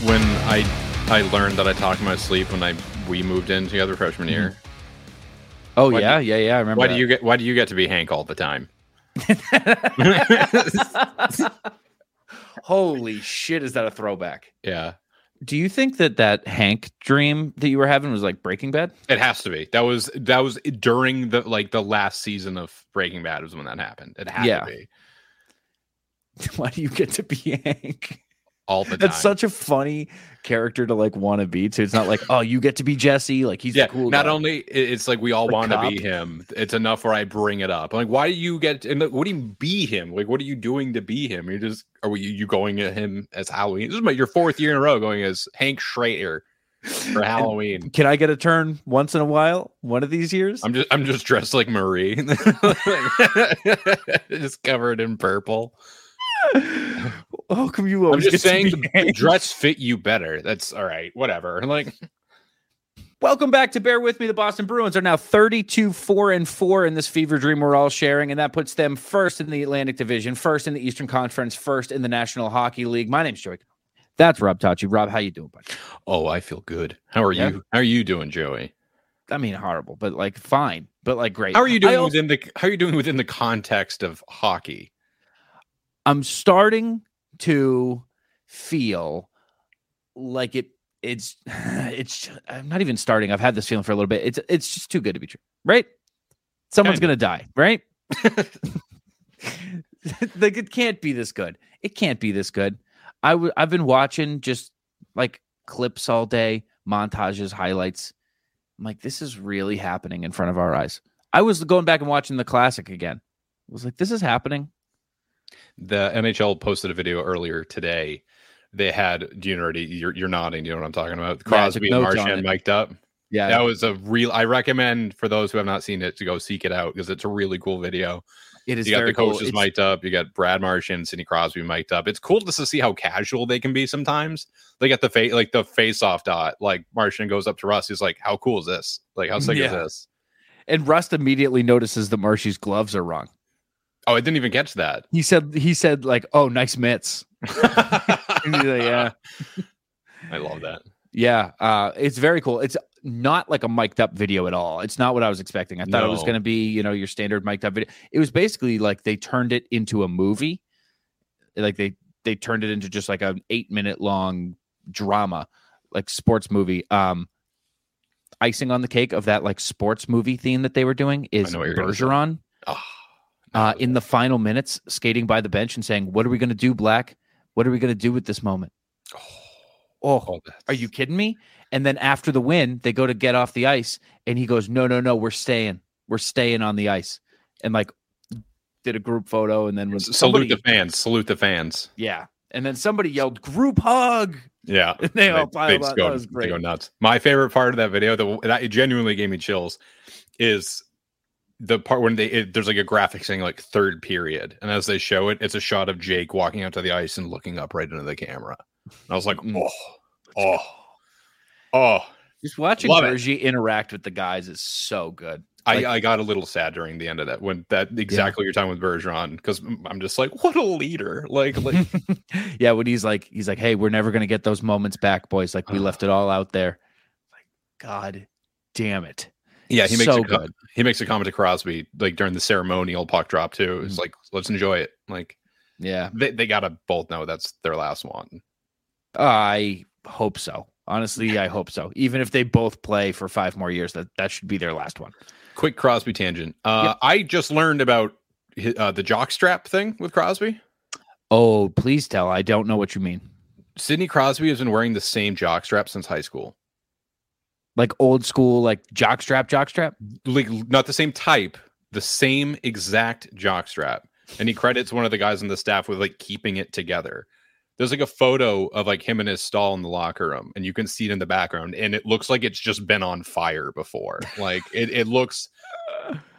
I I learned that I talked in my sleep when I we moved in together freshman year. Oh Why do- yeah, yeah, yeah. I remember. Why do you get Why do you get to be Hank all the time? Holy shit! Is that a throwback? yeah, Do you think that that Hank dream that you were having was like Breaking Bad? it has to be. That was that was during the like the last season of Breaking Bad was when that happened. It had Yeah. to be Why do you get to be Hank? all the time. That's such a funny character to like want to be too. It's not like, oh, you get to be Jesse. Like he's yeah, the cool not guy. only i- it's like we all The want to be cop. him. It's enough where I bring it up. I'm like, why do you get? And like, what do you be him? Like, what are you doing to be him? You're just are we, you going at him as Halloween? This is my, your fourth year in a row going as Hank Schrader for Halloween. Can I get a turn once in a while? One of these years? I'm just I'm just dressed like Marie, just covered in purple. How come you always I'm just get to saying be the, the Hank? dress fit you better. That's all right. Whatever. Like Welcome back to Bear With Me. The Boston Bruins are now 32 4 and 4 in this fever dream we're all sharing, and that puts them first in the Atlantic Division, first in the Eastern Conference, first in the National Hockey League. My name's Joey. That's Rob Tachi. Rob, how you doing, buddy? Oh, I feel good. How are Yeah. you? How are you doing, Joey? I mean, horrible, but like fine, but like great. How are you I doing also- within the How are you doing within the context of hockey? I'm starting to feel like it. It's it's. I'm not even starting. I've had this feeling for a little bit. It's it's just too good to be true, right? Someone's gonna die, right? like it can't be this good. It can't be this good. I w- I've been watching just like clips all day, montages, highlights. I'm like, this is really happening in front of our eyes. I was going back and watching the classic again. I was like, this is happening. The NHL posted a video earlier today. They had. Do you already? You're, you're nodding. Do you know what I'm talking about? Yeah, I took Crosby and notes on Marchand it. mic'd up. Yeah, that was a real i recommend for those who have not seen it to go seek it out because it's a really cool video it is you got very the coaches cool. It's- mic'd up you got brad martian sidney crosby mic'd up it's cool just to see how casual they can be sometimes they got the face like the face off dot like martian goes up to russ he's like how cool is this like how sick Yeah. is this And Rust immediately notices that Marshy's gloves are wrong. oh i didn't even catch that He said he said like, "Oh, nice mitts." And he's like, yeah, i love that yeah. Uh, it's very cool. It's not like a mic'd up video at all. It's not what I was expecting. I thought it was No. going to be you know your standard mic'd up video. It was basically like they turned it into a movie. Like they they turned it into just like an eight minute long drama, like sports movie. Um, icing on the cake of that like sports movie theme that they were doing is know what you're gonna say. Bergeron. Ah, uh, in the final minutes, skating by the bench and saying, "What are we going to do, Black? What are we going to do with this moment? Oh, oh, are you kidding me?" And then after the win, they go to get off the ice, and he goes, "No, no, no, we're staying. We're staying on the ice." And like, did a group photo, and then was salute the somebody- fans salute the fans yeah. And then somebody yelled, "Group hug!" yeah And they all They- piled they up. just That go- was They great. go nuts. My favorite part of that video that, that it genuinely gave me chills is the part when they it, there's like a graphic saying like third period, and as they show it, it's a shot of Jake walking out to the ice and looking up right into the camera. And I was like, Mm. oh, oh, oh. Just watching Love it. Bergie interact with the guys is so good. Like- I, I got a little sad during the end of that when that exactly your time with Bergeron because I'm just like what a leader like like yeah, when he's like, he's like, "Hey, we're never gonna get those moments back, boys. Like we Ugh. left it all out there." Like, God damn it! yeah he makes so a co- he makes a comment to Crosby like during the ceremonial puck drop too it's Mm. like let's enjoy it like Yeah, they, they gotta both know that's their last one. I hope so. Honestly, I hope so. Even if they both play for five more years, that that should be their last one. Quick Crosby tangent. Uh, I just learned about hi- uh, the jockstrap thing with Crosby. Oh, please tell. I don't know what you mean. Sidney Crosby has been wearing the same jockstrap since high school. Like old school, like jockstrap, jockstrap. Like not the same type, the same exact jockstrap. And he credits one of the guys on the staff with like keeping it together. There's like a photo of like him and his stall in the locker room, and you can see it in the background, and it looks like it's just been on fire before. Like it, it looks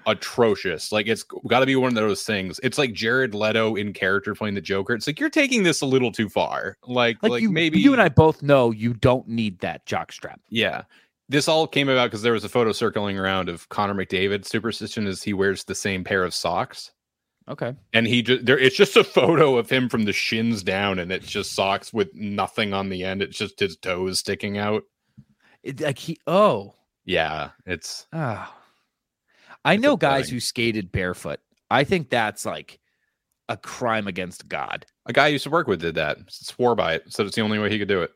atrocious. Like it's got to be one of those things. It's like Jared Leto in character playing the Joker. It's like you're taking this a little too far. Like Like, like, you, maybe you and I both know you don't need that jockstrap. Yeah. This all came about because there was a photo circling around of Connor McDavid. Superstition is he wears the same pair of socks. Okay. and he just there it's just a photo of him from the shins down and it's just socks with nothing on the end it's just his toes sticking out It, like he oh yeah it's ah. I It's know guys upsetting. who skated barefoot. I think that's like a crime against God. a guy I used to work with did that swore by it said it's the only way he could do it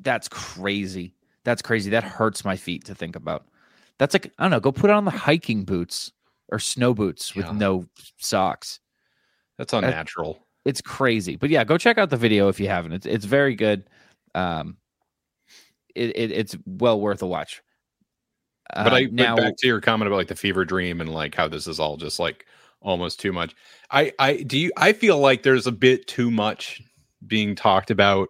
That's crazy. That's crazy. That hurts my feet to think about. That's like I don't know. Go put on the hiking boots or snow boots with Yeah. no socks. that's unnatural It's crazy. But yeah, go check out the video if you haven't. It's it's very good. Um, it, it it's well worth a watch. but Uh, I but back to your comment about like the fever dream and like how this is all just like almost too much. I I do you I feel like there's a bit too much being talked about.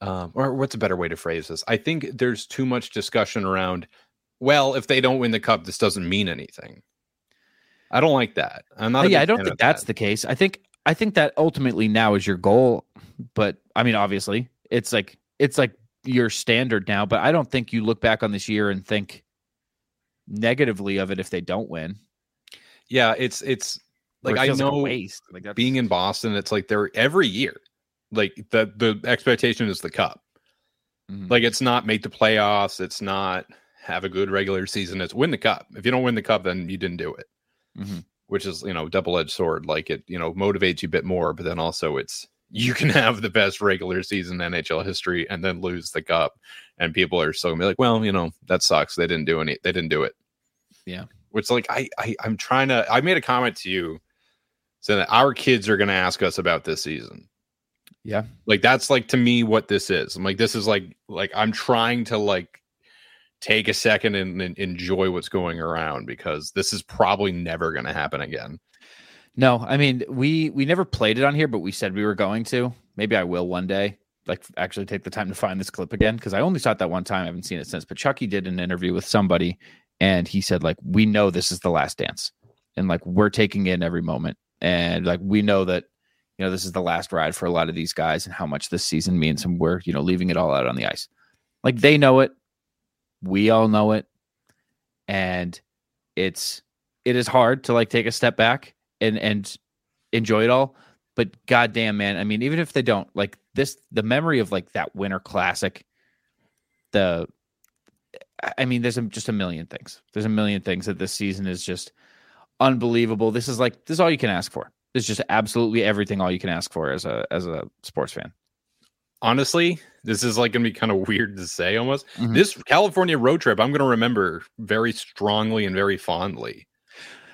Um, or what's a better way to phrase this? I think there's too much discussion around. Well, if they don't win the cup, this doesn't mean anything. I don't like that. I'm not. Oh, a yeah, big I don't fan think of that's that. the case. I think I think that ultimately now is your goal, but I mean, obviously, it's like it's like your standard now. But I don't think you look back on this year and think negatively of it if they don't win. yeah. It's it's or like it I feels know like a waste. Like that's, being in Boston. It's like they're every year. Like the the expectation is the cup. Mhm. Like it's not make the playoffs. It's not have a good regular season. It's win the cup. If you don't win the cup, then you didn't do it, Mhm. which is you know double edged sword. Like it you know motivates you a bit more, but then also it's you can have the best regular season in NHL history and then lose the cup, and people are so gonna be like, well, you know that sucks. They didn't do any. They didn't do it. Yeah. Which like I, I I'm trying to. I made a comment to you saying that our kids are gonna ask us about this season like that's like to me what this is i'm like this is like like i'm trying to like take a second and, and enjoy what's going around because this is probably never going to happen again No, I mean we we never played it on here, but we said we were going to. Maybe I will one day. Like actually take the time to find this clip again because I only saw it that one time. I haven't seen it since. But Chucky did an interview with somebody, and he said like we know this is the last dance, and like we're taking in every moment, and like we know that you know this is the last ride for a lot of these guys and how much this season means, and we're you know leaving it all out on the ice. Like they know it, we all know it, and it's it is hard to like take a step back and and enjoy it all. But goddamn, man, I mean, even if they don't like this, the memory of like that Winter Classic, the, I- I mean, there's a, just a million things. There's a million things that this season is just unbelievable. This is like this is all you can ask for. This is just absolutely everything all you can ask for as a as a sports fan. honestly this is like going to be kind of weird to say almost Mhm. this california road trip i'm going to remember very strongly and very fondly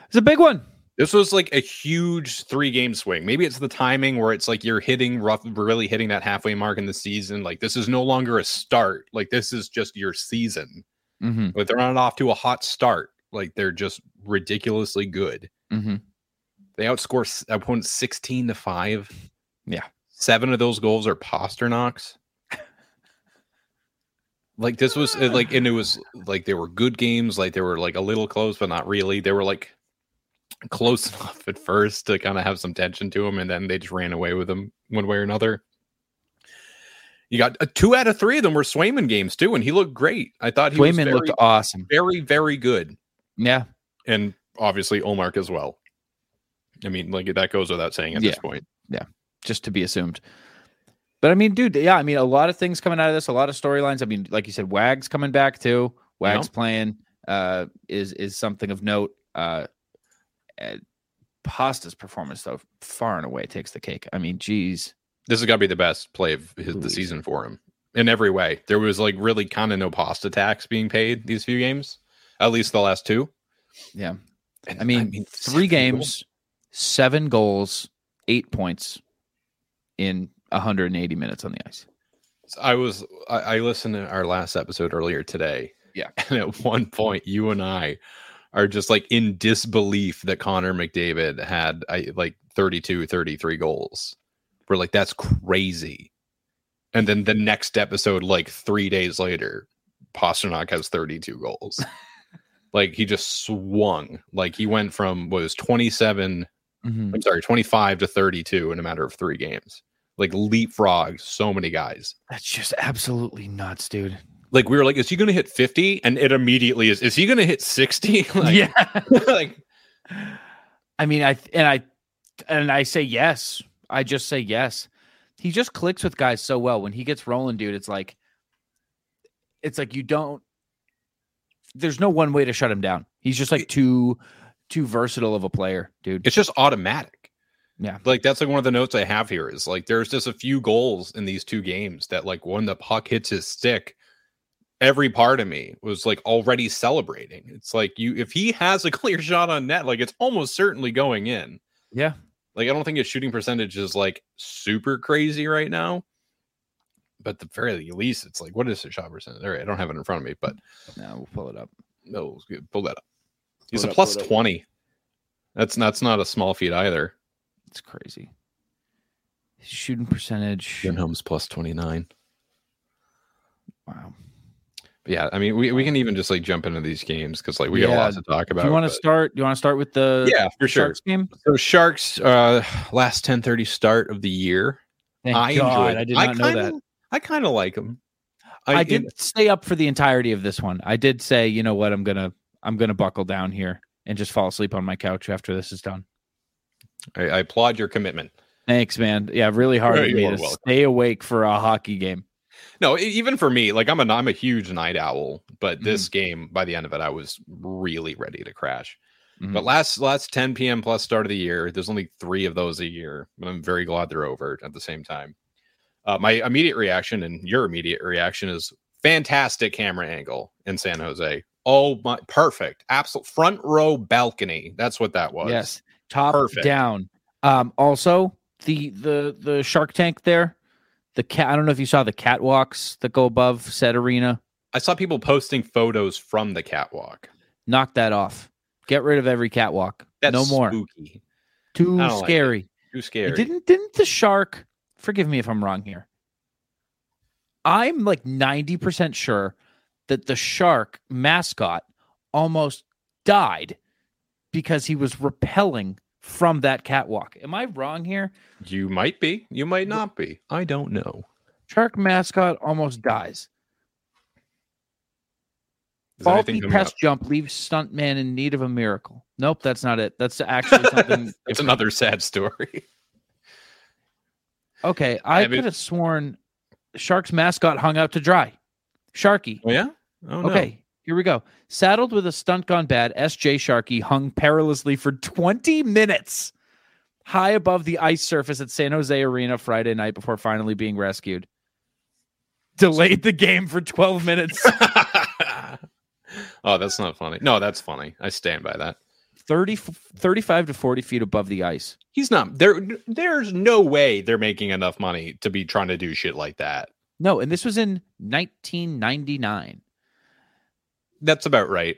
It's a big one. this was like a huge three game swing maybe it's the timing where it's like you're hitting rough really hitting that halfway mark in the season like this is no longer a start like this is just your season Mm-hmm. but they're not off to a hot start. Like they're just ridiculously good. Mm-hmm. They outscore s- opponents sixteen to five. Yeah. seven of those goals are Pasternak's. like this was uh, like, and it was like they were good games. Like they were like a little close, but not really. They were like close enough at first to kind of have some tension to them, and then they just ran away with them one way or another. You got uh, two out of three of them were Swayman games too, and he looked great. I thought he was Wayman very, looked awesome. very, very good Yeah, and obviously Olmark as well. I mean, like that goes without saying at this point. just to be assumed. But I mean, dude, yeah, I mean, a lot of things coming out of this, a lot of storylines. I mean, like you said, Wags coming back too. Wags playing uh, is is something of note. Uh, uh, Pasta's performance, though, far and away takes the cake. I mean, geez, This has got to be the best play of his, the Louise. season for him in every way. There was like really kind of no pasta tax being paid these few games, at least the last two. Yeah. And I mean, seven three goals. games, seven goals, eight points in 180 minutes on the ice. I was I, I listened to our last episode earlier today. Yeah. and at one point, you and I are just like in disbelief that Connor McDavid had I, like 32, 33 goals. We're like, that's crazy. And then the next episode, like three days later, Pasternak has 32 goals. like he just swung. Like he went from what was 27 Mhm. I'm sorry, 25 to 32 in a matter of three games. Like leapfrog so many guys. That's just absolutely nuts, dude. Like we were like, is he going to hit 50? And it immediately is. Is he going to hit 60? like, yeah. like I mean, I and I and I say yes. I just say yes. He just clicks with guys so well. When he gets rolling, dude, it's like it's like you don't there's no one way to shut him down. He's just like too too versatile of a player, dude. It's just automatic. Yeah. Like that's like one of the notes I have here is like there's just a few goals in these two games that like when the puck hits his stick, every part of me was like already celebrating. It's like you if he has a clear shot on net, like it's almost certainly going in. Yeah. Like I don't think his shooting percentage is like super crazy right now. But the very least, it's like what is his shot percentage? All right, I don't have it in front of me, but No, we'll pull it up. no, it's good. pull that up. He's Pull it a up, pull plus it up. twenty. That's that's not a small feat either. It's crazy. Shooting percentage. Grenholm's plus twenty nine. Wow. Yeah, I mean, we, we can even just like jump into these games because like we got a Yeah. lot to talk about. do you want to but- start? Do you want to start with the Yeah, for sure. Sharks game? So Sharks uh last 10:30 start of the year. Thank I God, enjoyed. I did not know kinda, that. I kind of like them. I, did stay up for the entirety of this one. I did say, you know what, I'm gonna I'm gonna buckle down here and just fall asleep on my couch after this is done. I, I applaud your commitment. Thanks, man. Yeah, really hard Yeah, of me you are to welcome. stay awake for a hockey game. No, e- even for me, like I'm a I'm a huge night owl, Mm-hmm. but this game by the end of it, I was really ready to crash. Mhm. But last last 10 p.m. plus start of the year, there's only three of those a year, but I'm very glad they're over at the same time. Uh, my immediate reaction and your immediate reaction is fantastic camera angle in San Jose. Oh my, perfect, absolute front row balcony. That's what that was. yes, top Perfect. down. Um, also the the the Shark Tank there, the cat. I don't know if you saw the catwalks that go above said arena. I saw people posting photos from the catwalk. Knock that off. Get rid of every catwalk. That's no more. spooky. Too I don't like it. scary. Too It scary. Didn't didn't the shark? Forgive me if I'm wrong here. I'm like 90% sure that the shark mascot almost died because he was repelling from that catwalk. Am I wrong here? You might be. You might not be. I don't know. Shark mascot almost dies. Is Faulty coming up? pest jump leaves stuntman in need of a miracle. Nope, that's not it. That's actually something. That's another sad story. okay, I, I mean- could have sworn shark's mascot hung out to dry. Sharky. Oh yeah. Oh no. Okay, here we go. Saddled with a stunt gone bad, SJ Sharkey hung perilously for 20 minutes high above the ice surface at San Jose Arena Friday night before finally being rescued. Delayed the game for 12 minutes. oh, that's not funny. No, that's funny. I stand by that. 30, 35 to 40 feet above the ice. He's not there. There's no way they're making enough money to be trying to do shit like that. No, and this was in 1999. That's about right.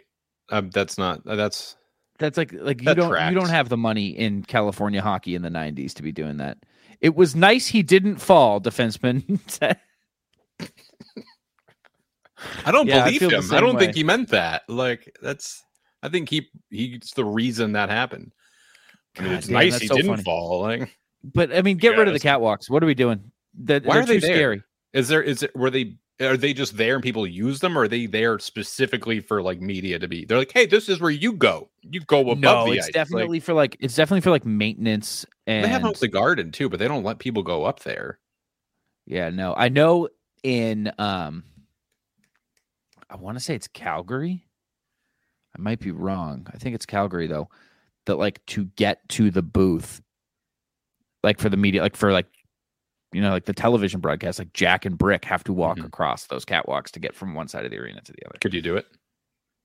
Um, that's not. That's That's like like you That don't tracks. you don't have the money in California hockey in the 90s to be doing that. It was nice he didn't fall, defenseman said. I don't Yeah, I believe feel the him. I same don't way. think he meant that. Like that's. I think he he's the reason that happened. I mean, God it's damn, nice that's he so didn't funny. fall. Like, But I mean, get Yeah, rid of the that's- catwalks. What are we doing? That Why they're are they too there? scary. is there? Is it? Were they? Are they just there and people use them? Or are they there specifically for like media to be? They're like, hey, this is where you go. You go above no, the it's ice. Like, definitely for like it's definitely for like maintenance and They have them up the garden too, but they don't let people go up there. yeah. No, I know in um, I want to say it's Calgary. I might be wrong. I think it's Calgary though. That like to get to the booth, like for the media, like for like you know like the television broadcast, like Jack and Brick have to walk Mhm. across those catwalks to get from one side of the arena to the other. Could you do it?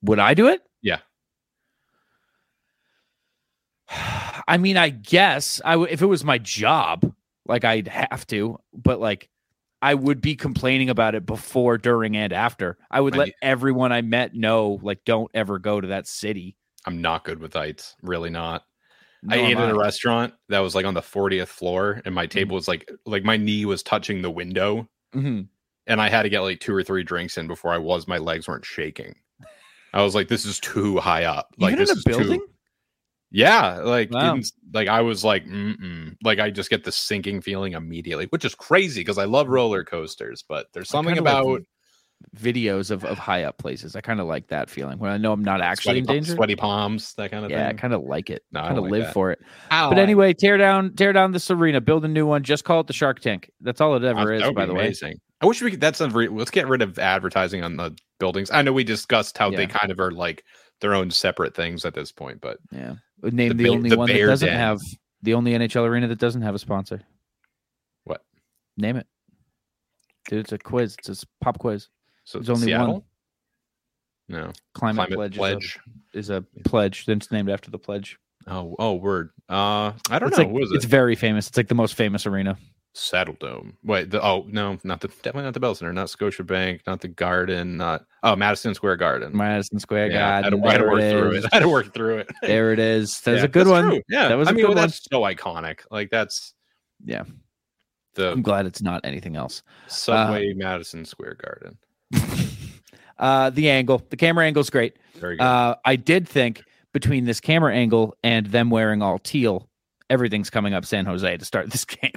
Would I do it? Yeah. I mean, I guess I would if it was my job, like I'd have to, but like I would be complaining about it before, during, and after. I would I let need- everyone I met know, like, don't ever go to that city. I'm not good with heights. Really not. I Nor ate am at a restaurant that was like on the 40th floor, and Mm. my table was like like my knee was touching the window, Mhm. and I had to get like two or three drinks in before I was my legs weren't shaking. I was like, this is too high up. Like Even this in a is building? Too, yeah, like Wow. in- like I was like, mm-mm. like I just get the sinking feeling immediately, which is crazy because I love roller coasters, but there's I something kinda Mm. like about videos of, of high up places. I kind of like that feeling when I know I'm not actually sweaty, in pa- danger. sweaty palms, that kind of yeah, I thing. kind of like it. No, I kind don't of like live that. for it. But anyway, tear down, tear down this arena, build a new one. Just call it the Shark Tank. That's all it ever That is. would be By the way, amazing. I wish we could. That's a re- let's get rid of advertising on the buildings. I know we discussed how Yeah. they kind of are like their own separate things at this point, but yeah. Name the, The Bear- only the one that Bear doesn't Den. have the only NHL arena that doesn't have a sponsor. What? Name it, dude. It's a quiz. It's a s- pop quiz. so There's only Seattle? one. No, Climate, climate pledge, pledge. Is, a, is a pledge. Then it's named after the pledge. Oh, oh, word. Uh, I don't it's know. Like, what was It's it? very famous. It's like the most famous arena. Saddle Dome. Wait, the oh no, not the definitely not the Bell Center, not Scotiabank, not the Garden, not oh Madison Square Garden. Madison Square Yeah, I had Garden. to, I had to there work it through is. it. I had to work through it. There it is. There's Yeah, a good that's one. true. Yeah, That was I a mean, good well, one. that's so iconic. Like that's Yeah. I'm the glad it's not anything else. subway Uh-huh. Madison Square Garden. Uh, the angle, the camera angle's great. Very good. Uh, I did think between this camera angle and them wearing all teal, everything's coming up San Jose to start this game.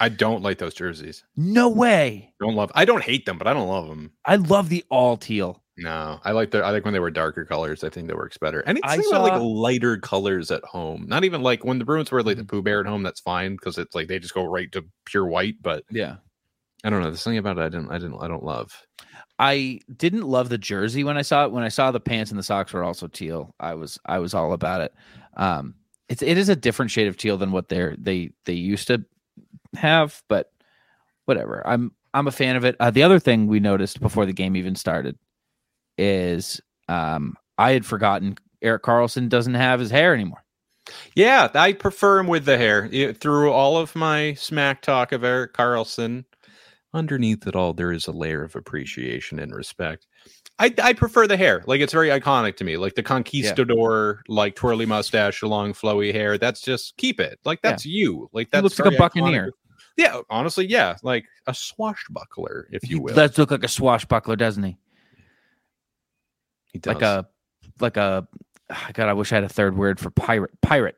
I don't like those jerseys. No way. Don't love. I don't hate them, but I don't love them. I love the all teal. No, I like the. I like when they were darker colors. I think that works better. And it's I about like saw- lighter colors at home. Not even like when the Bruins were like Mm. the Pooh Bear at home. That's fine because it's like they just go right to pure white. But Yeah. I don't know. There's something about it I didn't. I didn't. I don't love. I didn't love the jersey when I saw it. When I saw the pants and the socks were also teal, I was I was all about it. Um, it's it is a different shade of teal than what they're they they used to have, but whatever. I'm I'm a fan of it. Uh, the other thing we noticed before the game even started is um, I had forgotten Eric Carlson doesn't have his hair anymore. Yeah, I prefer him with the hair. It- through all of my smack talk of Eric Carlson, underneath it all, there is a layer of appreciation and respect. I, I prefer the hair. Like it's very iconic to me. Like the conquistador, like twirly mustache, long flowy hair. That's just keep it. Like Yeah. that's you. Like He that's looks like a very iconic. buccaneer. Yeah, honestly, yeah, like a swashbuckler, if you He will. does look like a swashbuckler, doesn't he? He does. Like uh, a like a ah, God, I wish I had a third word for pirate. Pirate.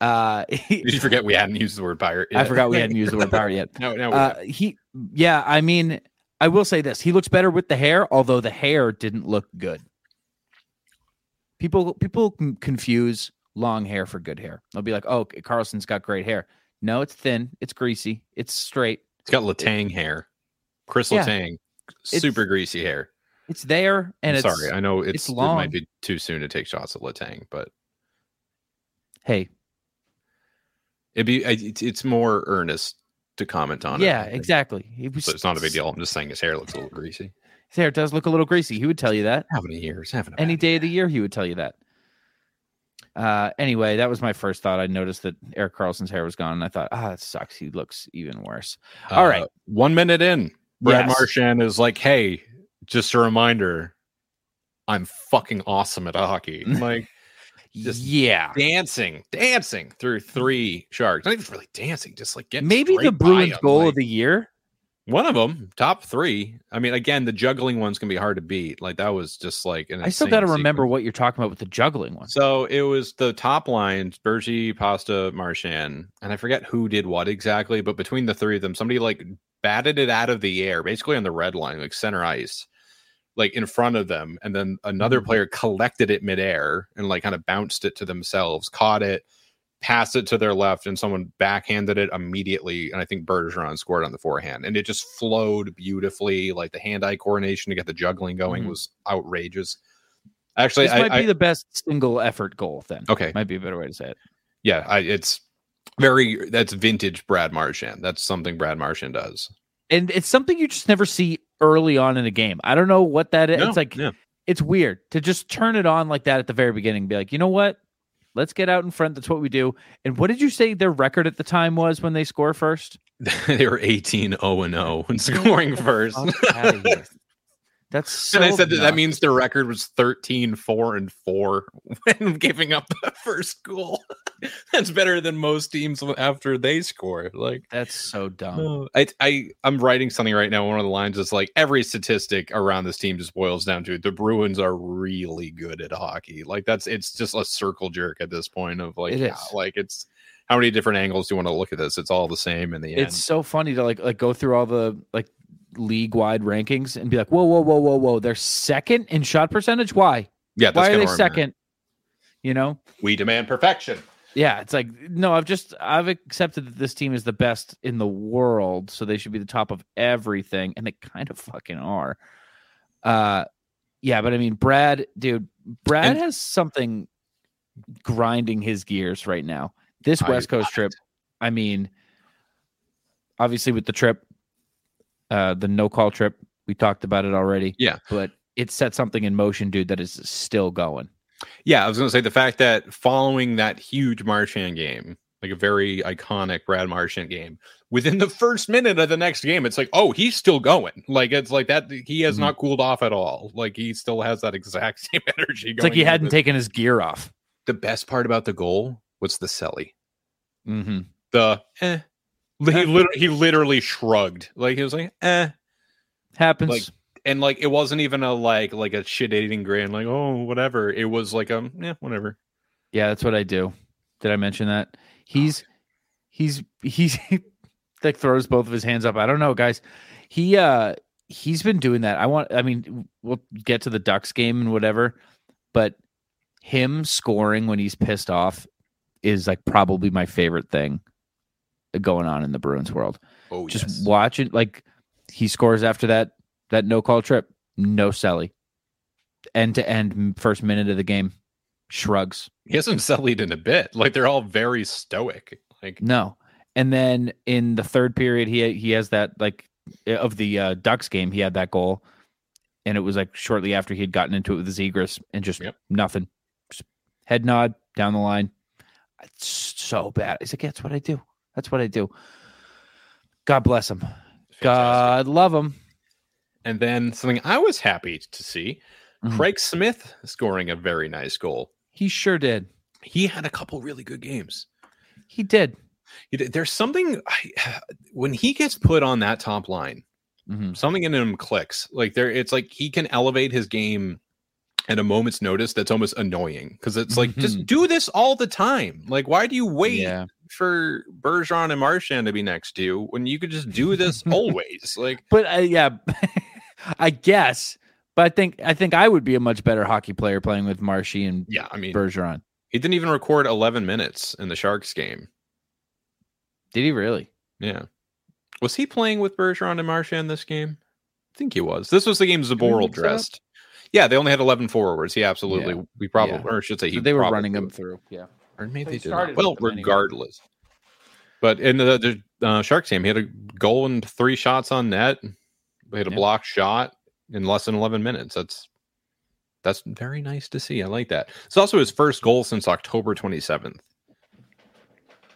Uh, Did you forget we hadn't used the word pirate? I yet? forgot we hadn't used the word pirate yet. No, no. we Uh, haven't. he, yeah, I mean, I will say this: he looks better with the hair, although the hair didn't look good. People, people m- confuse long hair for good hair. They'll be like, "Oh, Carlson's got great hair." No, it's thin, it's greasy, it's straight, It's got Latang hair, Chris Yeah. Latang, It's- super greasy hair. it's there, and I'm it's sorry, I know it's, it's It long. might be too soon to take shots at Latang, but hey, it'd be I- it's, it's more earnest to comment on yeah, it. exactly. He was, So it's not a big deal. I'm just saying his hair looks a little greasy. His hair does look a little greasy. He would tell you that. Having a year, he's having a any bad day of the year he would tell you that uh anyway that was my first thought i noticed that eric carlson's hair was gone and i thought ah that sucks he looks even worse year. All right. one minute in, Brad Uh, Yes. Marchand is like, "Hey, just a reminder, I'm fucking awesome at hockey." I'm like Just- yeah dancing, dancing through three sharks. Not even really dancing, just like getting maybe the straight by bruins them, goal like- of the year One of them, top three. I mean, again, the juggling one's gonna be hard to beat. Like that was just like an. i still got got to remember what you're talking about with the juggling one So it was the top line: Bergie, Pasta, Marchand, and I forget who did what exactly. But between the three of them, somebody like batted it out of the air, basically on the red line, like center ice, like in front of them, and then another Mm-hmm. player collected it midair and like kind of bounced it to themselves, caught it. Passed it to their left, and someone backhanded it immediately. And I think Bergeron scored on the forehand, and it just flowed beautifully. Like the hand-eye coordination to get the juggling going Mhm. was outrageous. Actually, this I, might I- be the best single effort goal then okay, might be a better way to say it yeah, I, it's very that's vintage Brad Marchand. That's something Brad Marchand does. and it's something you just never see early on in a game i don't know what that is No, it's like yeah. it's weird to just turn it on like that at the very beginning and be like, you know what? Let's get out in front. That's what we do. And what did you say their record at the time was when they score first? they were 18 0 and 0 and scoring first. Fuck outta here. That's so and I said that, that nuts. means their record was 13 4 and 4 when giving up the first goal. that's better than most teams after they score. Like, that's so dumb. Oh, I, I I'm writing something right now. One of the lines is like every statistic around this team just boils down to the Bruins are really good at hockey. Like that's it's just a circle jerk at this point of like It yeah, is. like it's how many different angles do you want to look at this? It's all the same in the It's so funny to like like go through all the like league wide rankings and be like, whoa, whoa, whoa, whoa, whoa. They're second in shot percentage. Why? Yeah, that's Why are kinda they where I'm at. second? You know? We demand perfection. Yeah, it's like no, I've just I've accepted that this team is the best in the world, so they should be the top of everything, and they kind of fucking are. Uh, yeah, but I mean, Brad, dude, Brad And- has something grinding his gears right now. This I West Coast love trip, I mean, obviously with the trip, uh, the no call trip, we talked about it already. Yeah. but it set something in motion, dude, that is still going. Yeah, I was going to say the fact that following that huge Marchand game, like a very iconic Brad Marchand game, within the first minute of the next game, it's like, oh, he's still going. Like it's like that he has Mhm. not cooled off at all. Like he still has that exact same energy. It's like he into hadn't the- taken his gear off. the best part about the goal was the celly. Mm-hmm. The eh. Eh. He literally, he literally shrugged. Like he was like, eh. Happens. Like, And like it wasn't even a like like a shit eating grin, like, oh, whatever. It was like um, yeah, whatever. Yeah, that's what I do. Did I mention that? He's he's he's like throws both of his hands up. I don't know, guys. He uh he's been doing that. I want I mean, we'll get to the Ducks game and whatever, but him scoring when he's pissed off is like probably my favorite thing going on in the Bruins world. Oh, Just yes. watching like he scores after that that no call trip, no Selly. End to end first minute of the game. Shrugs. He hasn't sullied in a bit. Like they're all very stoic. Like No. And then in the third period, he he has that like of the uh, Ducks game, he had that goal, and it was like shortly after he had gotten into it with Zegras and just Yep. nothing, just head nod down the line. It's so bad. He's like, yeah, that's what I do. That's what I do. God bless him. fantastic. God love him. And then something I was happy to see, Mhm. Craig Smith scoring a very nice goal. He sure did. He had a couple really good games. He did. He did- There's something I, when he gets put on that top line, Mhm. something in him clicks. Like there, it's like he can elevate his game at a moment's notice. That's almost annoying because it's like just do this all the time. Like why do you wait Mm-hmm. Yeah. for Bergeron and Marchand to be next to you when you could just do this always? Like But uh, yeah, I guess. But I think I think I would be a much better hockey player playing with Marshy and yeah, I mean, Bergeron. He didn't even record 11 minutes in the Sharks game. Did he really? Yeah. Was he playing with Bergeron and Marchand this game? I think he was. This was the game look Zaboral that up? dressed. Yeah, they only had 11 forwards. He absolutely, we probably, Yeah. or I should say, he they were probably- running him through. Yeah. Or maybe They they, did. started Not. with Well, them anyway. regardless. But in the, the uh, Sharks game, he had a goal and three shots on net. He had a Yeah. block shot in less than 11 minutes. That's that's very nice to see. I like that. It's also his first goal since October 27th.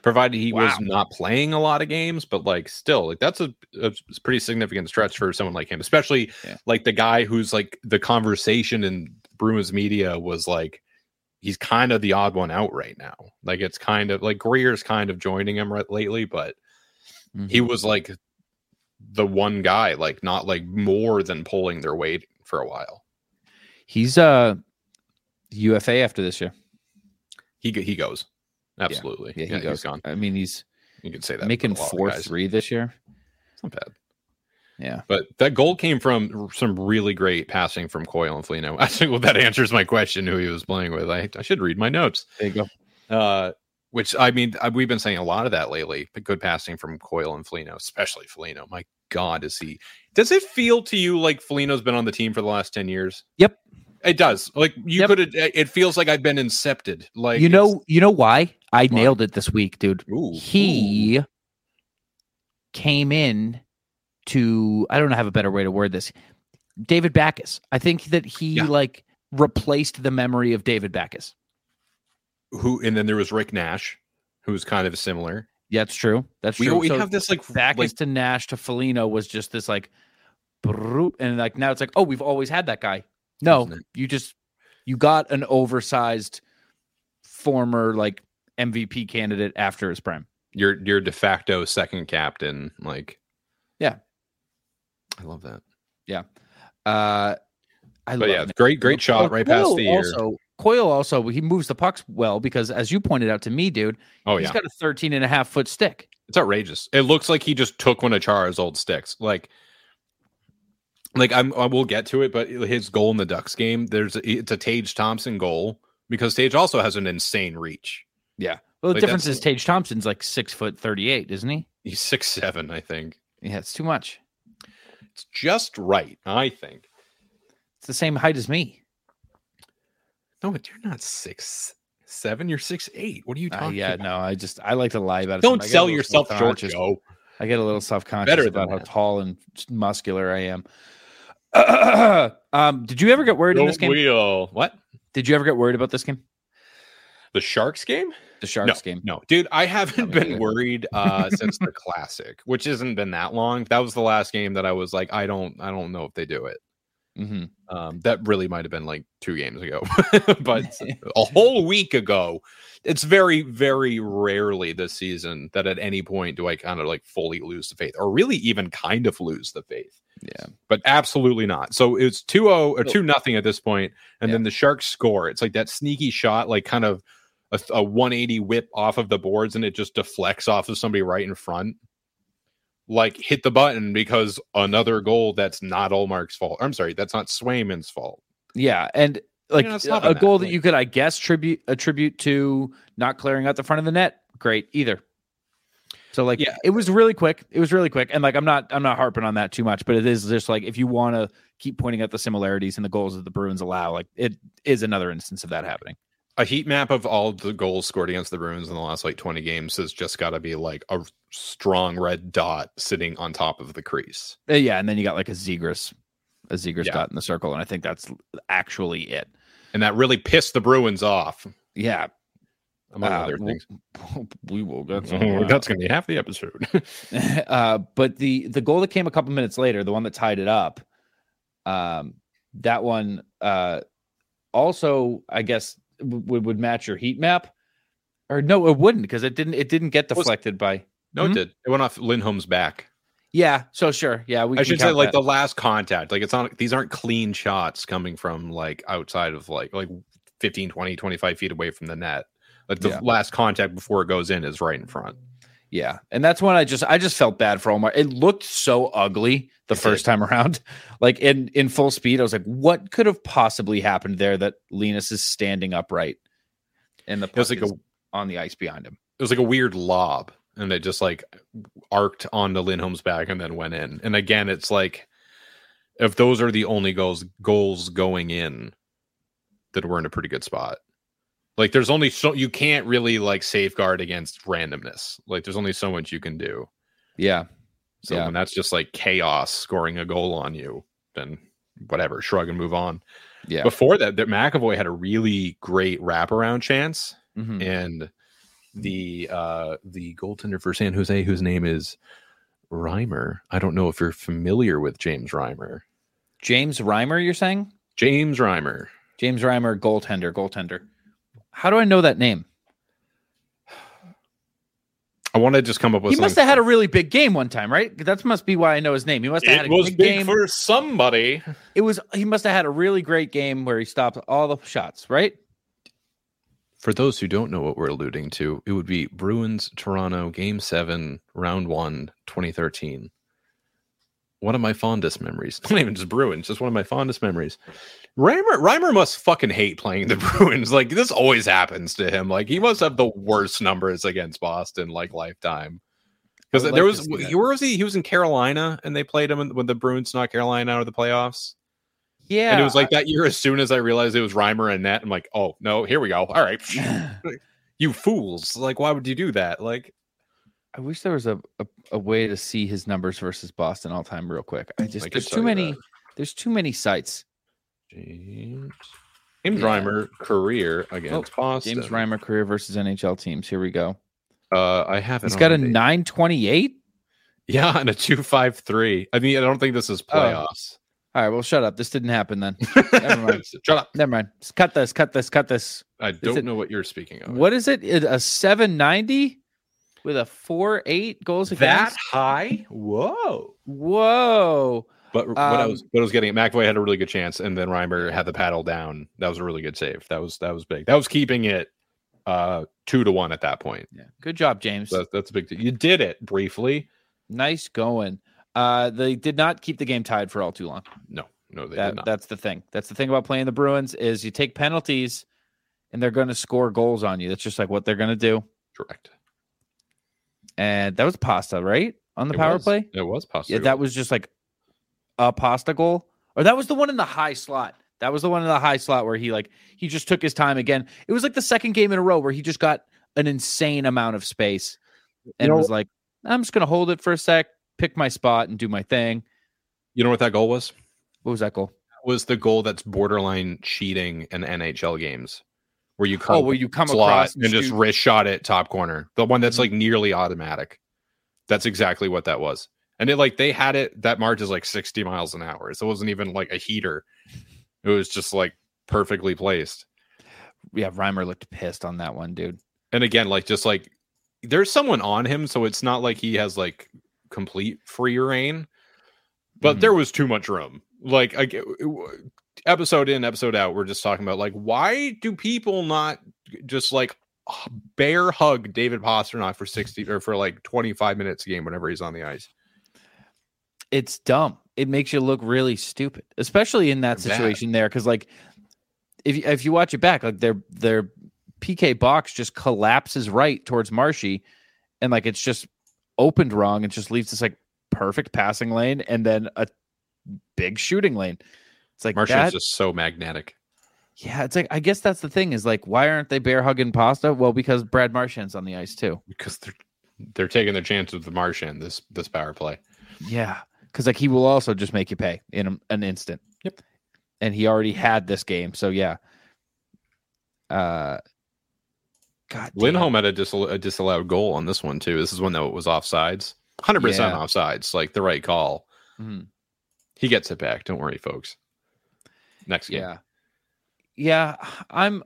Provided he was Wow. not playing a lot of games, but like still, like that's a, a pretty significant stretch for someone like him, especially Yeah. like the guy who's like the conversation in Bruins media was like he's kind of the odd one out right now. Like it's kind of like Greer's kind of joining him right lately, but he Mm-hmm. was like the one guy, like not like more than pulling their weight for a while. he's uh UFA after this year. He go- he goes absolutely. Yeah, he Yeah, goes. has gone. I mean, he's You could say that making for a lot of four guys. three this year. It's not bad. Yeah. But that goal came from r- some really great passing from Coyle and Flino. Actually, well, that answers my question who he was playing with. I, I should read my notes. There you go. Uh, which I mean, I, we've been saying a lot of that lately. But good passing from Coyle and Felino, especially Felino. My God, is he? Does it feel to you like Felino's been on the team for the last ten years? Yep. it does. Like you Yep. could. It feels like I've been incepted. Like you it's- know, you know why Why? I nailed it this week, dude. Ooh, ooh. He came in to I don't know have a better way to word this. David Backus. I think that he Yeah. like replaced the memory of David Backus. who, and then there was Rick Nash, who was kind of similar. Yeah, that's true. That's We, true. we So- have this like Backus like to Nash to Felino was just this like, broop, and like now it's like, oh, we've always had that guy. No, Isn't it? you just you got an oversized former like MVP candidate after his prime. your your de facto second captain. Like, Yeah. I love that. Uh, I But love yeah, Nash. great great Oh, shot right past Coyle the ear. Also, Coyle also he moves the pucks well because as you pointed out to me, dude, oh he's yeah, got a 13 and a half foot stick. It's outrageous. It looks like he just took one of Chara's old sticks. Like like I'm I will get to it, but his goal in the Ducks game, there's it's a Tage Thompson goal because Tage also has an insane reach. Well, Like, the difference that's- is Tage Thompson's like six foot thirty eight, isn't he? He's six seven, I think. Yeah, it's too much. It's just right, I think. It's the same height as me. No, but you're not six seven. You're six eight. What are you Uh, talking? yeah, about? no, I just I like to lie about it. Don't sometimes. I get a sell little yourself short, self-conscious. Joe. I get a little self conscious Better than about how that. tall and muscular I am. um, did you ever get worried in this Don't game? wheel. What? Did you ever get worried about this game? The Sharks game? The Sharks game. No, dude, I haven't me been neither. worried uh since the classic, which hasn't been that long. That was the last game that I was like, I don't I don't know if they do it. Mm-hmm. Um that really might have been like two games ago. but a whole week ago. It's very, very rarely this season that at any point do I kind of like fully lose the faith or really even kind of lose the faith. Yeah. But absolutely not. So it's 2 0 or Cool. 2 nothing at this point, And Yeah. then the Sharks score. It's like that sneaky shot, like kind of a, a 180 whip off of the boards and it just deflects off of somebody right in front. Like hit the button because another goal that's not Olmark's fault. I'm sorry, that's not Swayman's fault. Yeah, and like know, it's a not a bad, goal that like- you could, I guess, tribute attribute to not clearing out the front of the net. Great, either. So like, Yeah. it was really quick. It was really quick, and like, I'm not, I'm not harping on that too much, but it is just like if you want to keep pointing out the similarities in the goals that the Bruins allow, like it is another instance of that happening. a heat map of all the goals scored against the Bruins in the last like 20 games has just got to be like a strong red dot sitting on top of the crease. Uh, yeah, and then you got like a Zegers, a Zegers Yeah. dot in the circle, and I think that's actually it. And that really pissed the Bruins off, Yeah, among uh, other things. we will get some of that. That's going to be half the episode. uh, but the the goal that came a couple minutes later, the one that tied it up, um, that one uh, also, I guess, w- would would match your heat map, or no, it wouldn't because it didn't it didn't get Was- deflected by. no, Mhm. it did. It went off Lindholm's back. Yeah, so sure, yeah, we. I can should say count like that. the last contact. Like it's not, these aren't clean shots coming from like outside of like, like 15, 20, 25 feet away from the net. Like the Yeah. last contact before it goes in is right in front. yeah, and that's when I just I just felt bad for Omar. It looked so ugly the It did. first time around, like in in full speed. I was like, what could have possibly happened there that Linus is standing upright, and the It was puck like a is on the ice behind him. it was like a weird lob and it just like arced onto Lindholm's back and then went in. And again, it's like if those are the only goals goals going in, that we're in a pretty good spot. Like there's only so you can't really like safeguard against randomness. Like there's only so much you can do. Yeah. So Yeah. when that's just like chaos scoring a goal on you, then whatever, shrug and move on. Yeah. Before that, that McAvoy had a really great wraparound chance Mhm. and the uh the goaltender for San Jose whose name is Reimer. I don't know if you're familiar with James Reimer. James Reimer, you're saying? James Reimer. James Reimer, goaltender, goaltender. How do I know that name? I want to just come up with he must have had a really big game one time, right? That must be why I know his name. He must have had it a was big big game. for somebody. it was he must have had a really great game where he stopped all the shots, right? For those who don't know what we're alluding to, it would be Bruins Toronto game 7 round 1 2013. One of my fondest memories. Not even just Bruins, just one of my fondest memories. Reimer Reimer must fucking hate playing the Bruins. Like this always happens to him. Like he must have the worst numbers against Boston like lifetime. Because I would there like to was see that. where was he? He was in Carolina and they played him when the Bruins knocked Carolina out of the playoffs. Yeah. And it was like that year. As soon as I realized it was Reimer and Net, I'm like, oh no, here we go. All right, I you fools! Like, why would you do that? Like, I wish there was a, a, a way to see his numbers versus Boston all time real quick. I just could there's tell too you many that. there's too many sites. James, James Yeah. Reimer career Oh, against Boston. James Reimer career versus NHL teams. Here we go. Uh, I have it. He's on got a the- 928. yeah, and a two five three. I mean, I don't think this is Oh, playoffs. All right, well, shut up. This didn't happen then. never mind. Shut up! Never mind. Just cut this. Cut this. Cut this. I don't it- know what you're speaking of. What is it? It- A seven ninety with a four eight goals that against. high? Whoa! Whoa! But what I Um, was what I was getting, at, McAvoy had a really good chance, and then Reimer had the paddle down. That was a really good save. That was that was big. That was keeping it uh two to one at that point. Yeah, good job, James. That, that's a big deal. You did it briefly. nice going. Uh, they did not keep the game tied for all too long. No, no, they did That, not. that's the thing. That's the thing about playing the Bruins is you take penalties, and they're going to score goals on you. That's just like what they're going to do. Correct. And that was Pasta, right, on the It power was- play. It was possible. Yeah, that was just like a pasta goal, or that was the one in the high slot. That was the one in the high slot where he like he just took his time again. It was like the second game in a row where he just got an insane amount of space and know- was like, "I'm just gonna hold it for a sec, pick my spot, and do my thing." you know what that goal was? What was that goal? Oh, was the goal that's borderline cheating in NHL games, where you come Oh, where you come slot across and Mm-hmm. just shoot- wrist shot it top corner, the one that's like nearly automatic. That's exactly what that was, and it like they had it. That march is like sixty miles an hour, so it wasn't even like a heater. It was just like perfectly placed. yeah, Reimer looked pissed on that one, dude. And again, like just like there's someone on him, so it's not like he has like complete free reign, but Mhm. there was too much room. Like I, get- episode in, episode out, we're just talking about like why do people not just like h- bear hug David Pasternak for sixty or for like twenty five minutes a game whenever he's on the ice? it's dumb. It makes you look really stupid, especially in that Bad. situation there. Because like, if you, if you watch it back, like their their PK box just collapses right towards Marshy, and like it's just opened wrong. It just leaves this like perfect passing lane and then a big shooting lane. It's like Martian's that, just so magnetic. yeah. It's like I guess that's the thing is like why aren't they bear hugging Pasta? Well, because Brad Marchand's on the ice too. because they're they're taking their chance with the Martian this this power play. Yeah, because like he will also just make you pay in a- an instant. Yep. And he already had this game, so yeah. Uh, God, damn. Lindholm had a, disall- a disallowed goal on this one too. This is one that was offsides, hundred percent Yeah. offsides, like the right call. Mhm. He gets it back. Don't worry, folks. Next game, Yeah, yeah. I'm.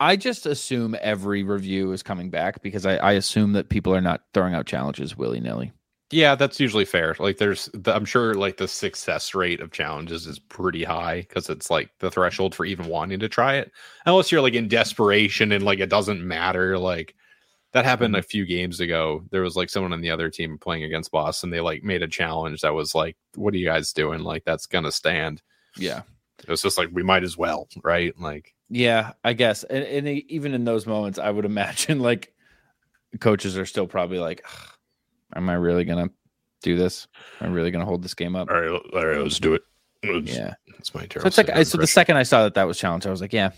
I just assume every review is coming back because I, I assume that people are not throwing out challenges willy nilly. yeah, that's usually fair. Like, there's, the, I'm sure, like the success rate of challenges is pretty high because it's like the threshold for even wanting to try it, unless you're like in desperation and like it doesn't matter. Like that happened Mm-hmm. a few games ago. There was like someone on the other team playing against Boston. They like made a challenge that was like, "What are you guys doing? Like that's gonna stand." Yeah, It was just like we might as well, right? Like yeah. I guess, and, and e- even in those moments, I would imagine like coaches are still probably like, "Ugh, "Am I really gonna do this? Am I really gonna hold this game up?" all right, all right, let's do it. It's, Yeah. it's my turn. So it's like I, so the second I saw that that was challenged, I was like, yeah,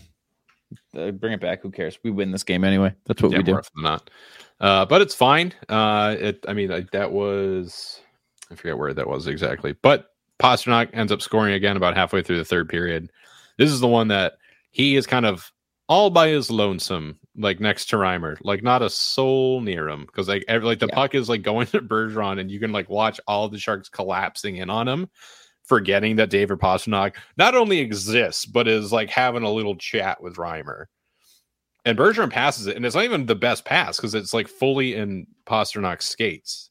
uh, bring it back. Who cares? We win this game anyway. That's what yeah, we do. more often than not, uh, but it's fine. Uh, it, I mean, like, that was I forget where that was exactly, but Pasternak ends up scoring again about halfway through the third period. This is the one that he is kind of all by his lonesome, like next to Reimer, like not a soul near him because like every, like the Yeah. puck is like going to Bergeron, and you can like watch all the sharks collapsing in on him. Forgetting that David Pasternak not only exists, but is like having a little chat with Reimer. And Bergeron passes it, and it's not even the best pass because it's like fully in Pasternak's skates.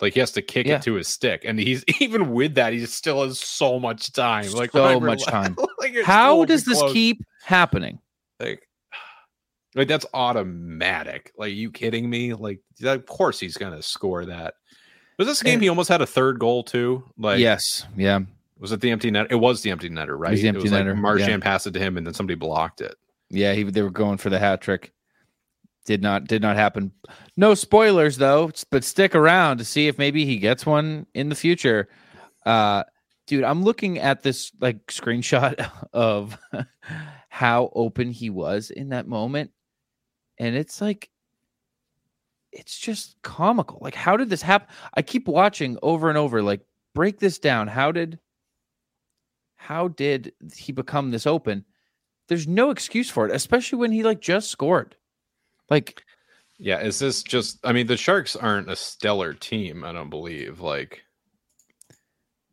Like he has to kick Yeah. it to his stick, and he's even with that, he still has so much time. Like So Reimer much left- time. like, it's still How be does this close. keep happening? Like, like that's automatic. Like, you kidding me? Like, of course he's gonna score that. Was this game And- he almost had a third goal too? Like, yes, yeah, was it the empty net? It was the empty netter, right? was the empty like netter, yeah. Marchand passed it to him, and then somebody blocked it. yeah. He, they were going for the hat trick. Did not did not happen. No spoilers though, s- but stick around to see if maybe he gets one in the future. Uh, dude, I'm looking at this like screenshot of how open he was in that moment, and it's like it's just comical. Like, how did this happen? I keep watching over and over. Like, break this down. How did how did he become this open? There's no excuse for it, especially when he like just scored. Like, Yeah, is this just? I mean, the Sharks aren't a stellar team. I don't believe. Like,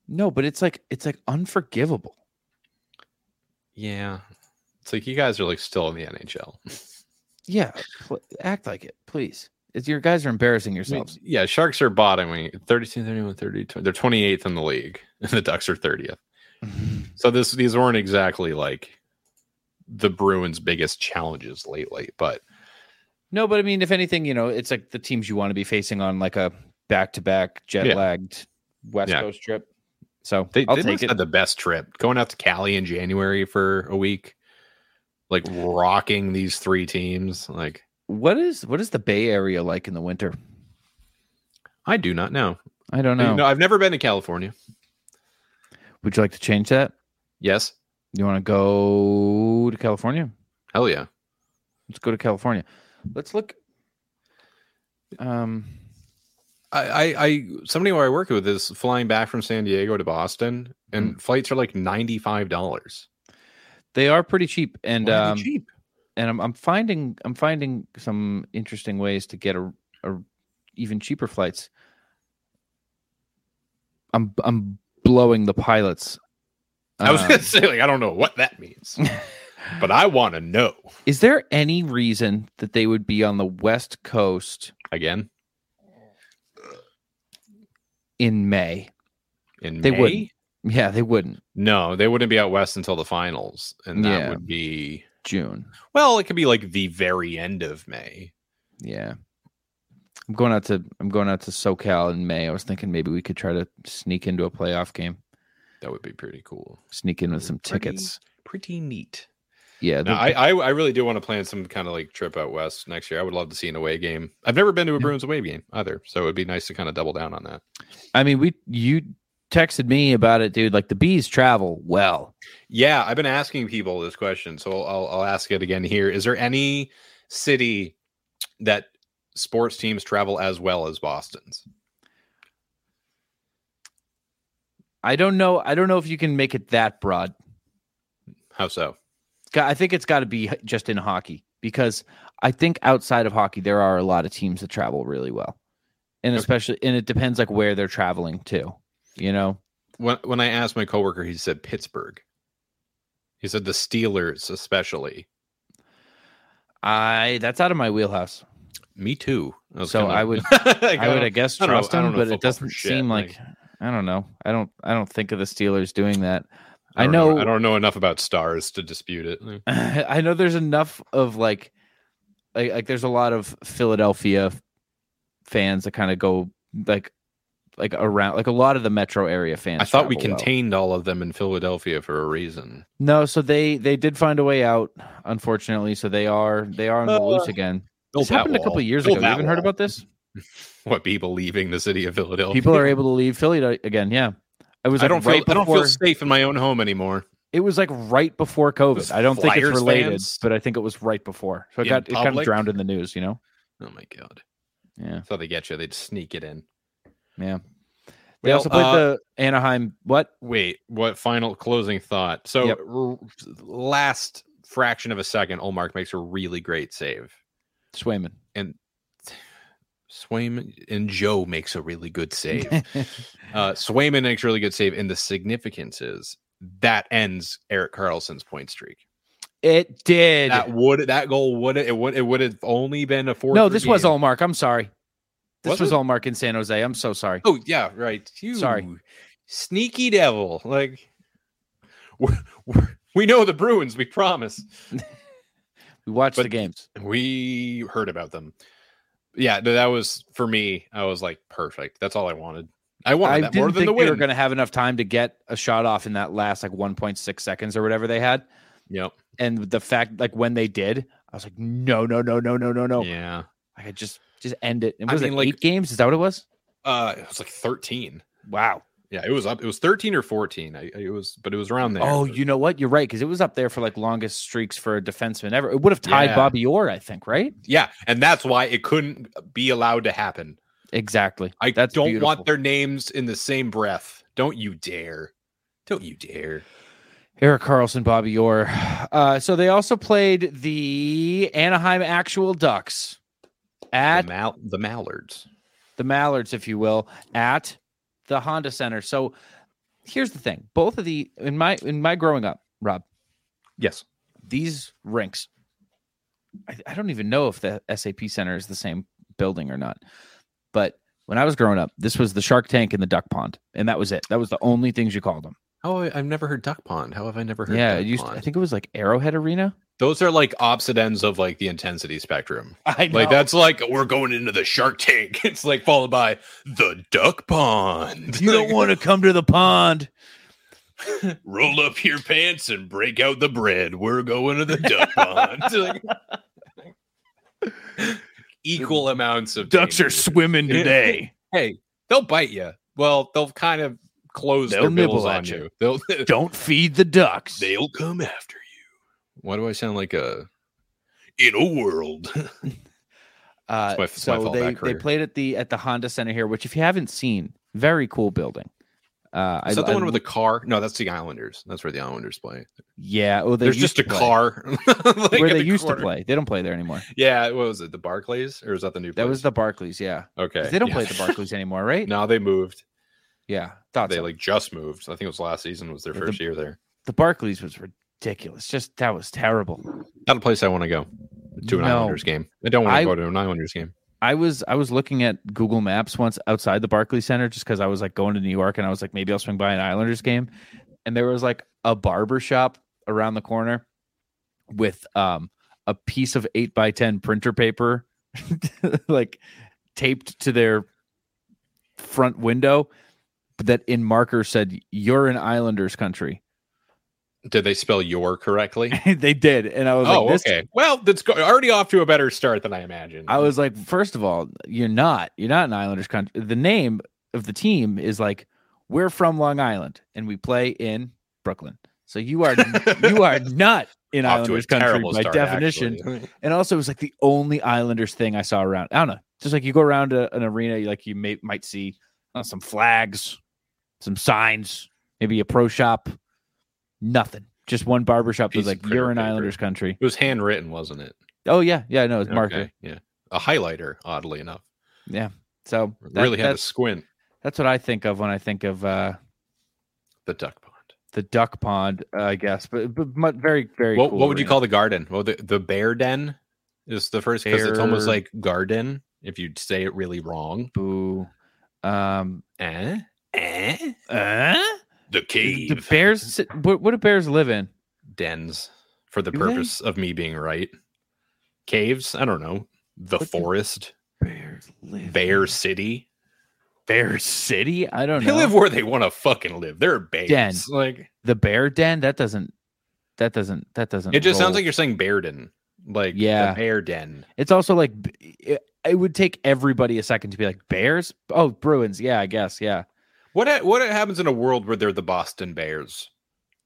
no, but it's like it's like unforgivable. yeah, it's like you guys are like still in the NHL. Yeah, pl- act like it, please. It's, your guys are embarrassing I mean, yourselves. yeah, Sharks are bottoming 32, 31, 30, 20 They're 28th in the league, and the Ducks are 30th. So this these weren't exactly like the Bruins' biggest challenges lately, but no, but I mean, if anything, you know, it's like the teams you want to be facing on like a back to back jet Yeah. lagged West Yeah. Coast trip. So They, I'll they must take it. had the best trip going out to Cali in January for a week, like rocking these three teams. Like what is what is the Bay Area like in the winter? I do not know. I don't know. No, I've never been to California. Would you like to change that? Yes, You want to go to California? hell yeah. Let's go to California. Let's look. Um, I, I, I somebody where I work with is flying back from San Diego to Boston, and flights are like ninety five dollars. they are pretty cheap, and um, cheap. and I'm, I'm finding I'm finding some interesting ways to get a, a even cheaper flights. I'm I'm blowing the pilots. I was Um, gonna say like I don't know what that means, but I want to know is there any reason that they would be on the West Coast again in May? in They May? wouldn't. Yeah, they wouldn't No, they wouldn't be out west until the finals, and that Yeah. would be June. well. It could be like the very end of May. Yeah. I'm going out to I'm going out to SoCal in May. I was thinking maybe we could try to sneak into a playoff game, That would be pretty cool. sneak in with some Pretty- tickets. Pretty neat. Yeah, No, the- I, I I really do want to plan some kind of like trip out west next year. I would love to see an away game. I've never been to a Yeah. Bruins away game either, so it would be nice to kind of double down on that. I mean, we you texted me about it, dude. Like the bees travel well. Yeah, I've been asking people this question, so I'll I'll ask it again here. Is there any city that sports teams travel as well as Boston's? I don't know. I don't know if you can make it that broad. How so? Ca- I think it's got to be h- just in hockey because I think outside of hockey there are a lot of teams that travel really well, and Okay. especially and it depends like where they're traveling to. You know, When when I asked my coworker, he said Pittsburgh. He said the Steelers, especially. I that's out of my wheelhouse. Me too. was So kinda- I would- Like, I would, I guess, I don't know- trust I don't him, know but it football for doesn't shit, seem like, I don't know. I don't. I don't think of the Steelers doing that. I, don't know. I don't know enough about stars to dispute it. Like, I know there's enough of like, like, like there's a lot of Philadelphia f- fans that kind of go like, like around like a lot of the metro area fans. I thought we travel well. contained all of them in Philadelphia for a reason. No, so they they did find a way out, unfortunately. So they are they are on Uh, the loose again. This happened a couple of years ago. You haven't heard about this? what people leaving the city of Philadelphia. People are able to leave Philly to- again. Yeah, I was. I Like don't right feel I don't before- feel safe in my own home anymore. It was like right before COVID. Those I don't think it's Flyers related, fans but I think it was right before. So it in got it kind of public? drowned in the news, you know. Oh my god. Yeah. That's how they get you. They'd sneak it in. They Well, also played uh, the Anaheim. What? Wait, what final closing thought? So Yep. r- last fraction of a second, Olmark makes a really great save. Swayman. Swayman and Joe makes a really good save. uh, Swayman makes a really good save, and the significance is that ends Eric Carlson's point streak. it did. That would that goal would it would it would have only been a four. No, this was Allmark. I'm sorry. Was This was it? Allmark in San Jose. I'm so sorry. Oh yeah, right. You Sorry. sneaky devil. Like we're, we're, we know the Bruins. We promise. We watched But- the games. We heard about them. Yeah, th- that was for me. I was like, perfect. That's all I wanted. I wanted I that didn't more than think the we win. were going to have enough time to get a shot off in that last like 1.6 seconds or whatever they had. Yep. And the fact like when they did, I was like, no, no, no, no, no, no, no. Yeah. I could just just end it. And I was mean, it like- eight games? Is that what it was? Uh, it was like thirteen. Wow. Yeah, it was up. It was thirteen or fourteen. I, it was, but it was around there. Oh, But- you know what? You're right because it was up there for like longest streaks for a defenseman ever. It would have tied Yeah. Bobby Orr, I think, right? Yeah, and that's why it couldn't be allowed to happen. Exactly. I That's don't beautiful. want their names in the same breath. Don't you dare! Don't you dare! Eric Carlson, Bobby Orr. Uh, so they also played the Anaheim Actual Ducks at the, Mal- the Mallards. the Mallards, if you will, at the Honda Center. So here's the thing: both of the in my in my growing up, Rob, Yes. these rinks. I, I don't even know if the SAP Center is the same building or not, but when I was growing up, this was the Shark Tank and the Duck Pond, and that was it. That was the only things you called them. Oh, I've never heard Duck Pond. How have I never heard? Yeah, Duck it used Pond? I think it was like Arrowhead Arena. those are like opposite ends of like the intensity spectrum. I Like that's like we're going into the Shark Tank. It's like followed by the Duck Pond. You don't want to come to the pond. roll up your pants and break out the bread. We're going to the duck pond. Like, equal amounts of Ducks are danger. swimming today. Hey, they'll bite you. Well, they'll kind of close They'll their nibble nibbles at on you. you. They'll Don't feed the ducks. they'll come after you. Why do I sound like a in a world? Uh, That's my- that's my so fallback they, they career. played at the at the Honda Center here, which if you haven't seen, very cool building. Uh, Is I, that the I one with lo- the car? No, that's the Islanders. That's where the Islanders play. yeah? Well, they There's used just a to play. car. like, where at they the used corner. to play. They don't play there anymore. Yeah, what was it? The Barclays, or is that the new? That was place? the Barclays. Yeah, 'Cause okay. they don't yeah. play at the Barclays anymore, right? Now they moved. Yeah, thought they so. like just moved. I think it was last season was their Yeah, the- first year there. the Barclays was ridiculous. Just that was terrible. Not a place I want to go to an No. Islanders game. I don't want I- to go to an Islanders game. I was I was looking at Google Maps once outside the Barclays Center just because I was like going to New York and I was like maybe I'll swing by an Islanders game, and there was like a barber shop around the corner with um a piece of eight by ten printer paper like taped to their front window that in marker said you're in Islanders country. Did they spell your correctly? they did, and I was Oh, like, this okay. Well, that's go- already off to a better start than I imagined. I was like, first of all, you're not. You're not an Islanders country. The name of the team is like, we're from Long Island and we play in Brooklyn. So you are you are not in off to a Islanders country terrible by start, definition. actually. And also, it was like the only Islanders thing I saw around. I don't know. Just like you go around a, an arena, you like you may, might see uh, some flags, some signs, maybe a pro shop. Nothing. Just one barber shop Piece that's of like printer you're in paper. Islanders country. It was handwritten, wasn't it? Oh yeah, yeah, I know it's Okay, marker. Yeah. A highlighter, oddly enough. So that- really had that's- to squint That's what I think of when I think of uh, the duck pond. the duck pond, uh, I guess. But, but mu- very, very. What, cool what would you arena. call the garden? Well, the, the bear den is the first because it's almost Bear- like garden if you say it really wrong. boo? Um, Eh? Eh? uh? The Do bears? sit- What, what do bears live in? dens for the Do they? purpose of me being right. Caves, I don't know. The What the- forest, Bears live. bear city. Bear City? I don't They know. live where they want to fucking live. They're bears. Den. Like the bear den? That doesn't. That doesn't. That doesn't. it just sounds roll. like you're saying bear den. Like Yeah. the bear den. It's also like b- it, it would take everybody a second to be like bears. Oh, Bruins. Yeah, I guess. Yeah. What ha- what happens in a world where they're the Boston Bears?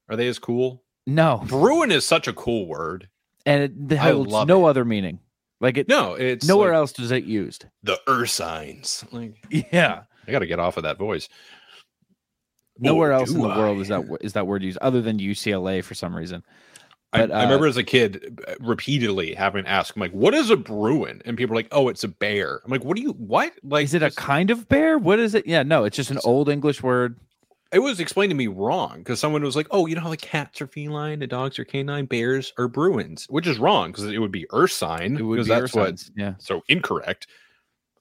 Are they as cool? No, Bruin is such a cool word. and it I holds love no it. other meaning. Like it. No, it's nowhere like else does it used. The Ursines. Like Yeah. I got to get off of that voice. Nowhere Or else in do the world is I? that is that word used other than UCLA for some reason. I, But, I remember as a kid uh, repeatedly having to ask, I'm like, what is a Bruin? And people are like, oh, it's a bear. I'm like, what do you, what? Like, is it a just- kind of bear? What is it? Yeah, no, it's just an old English word. it was explained to me wrong because someone was like, oh, you know how like cats are feline and dogs are canine, bears are Bruins, which is wrong because it would be Ursine. It would be because that's what, Ursines, yeah. so incorrect.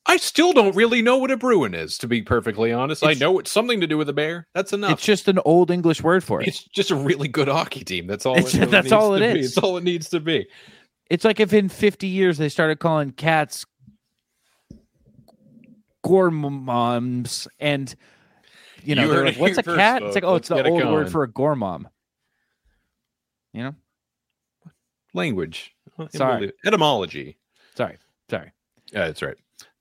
I still don't really know what a Bruin is, to be perfectly honest. I It's- know it's something to do with a bear. That's enough. It's just an old English word for it. It's, It's just a really good hockey team. That's all. It's- really that's needs all it to be. is. It's all it needs to be. like if in 50 years they started calling cats gourmands and you know, You they're heard like, it what's a here first, cat? It's like, folks. oh, Let's get it's the it old word going. for a gourmand. You know? Language. Well, it Sorry. really- Etymology. Sorry. Sorry. Yeah, that's right.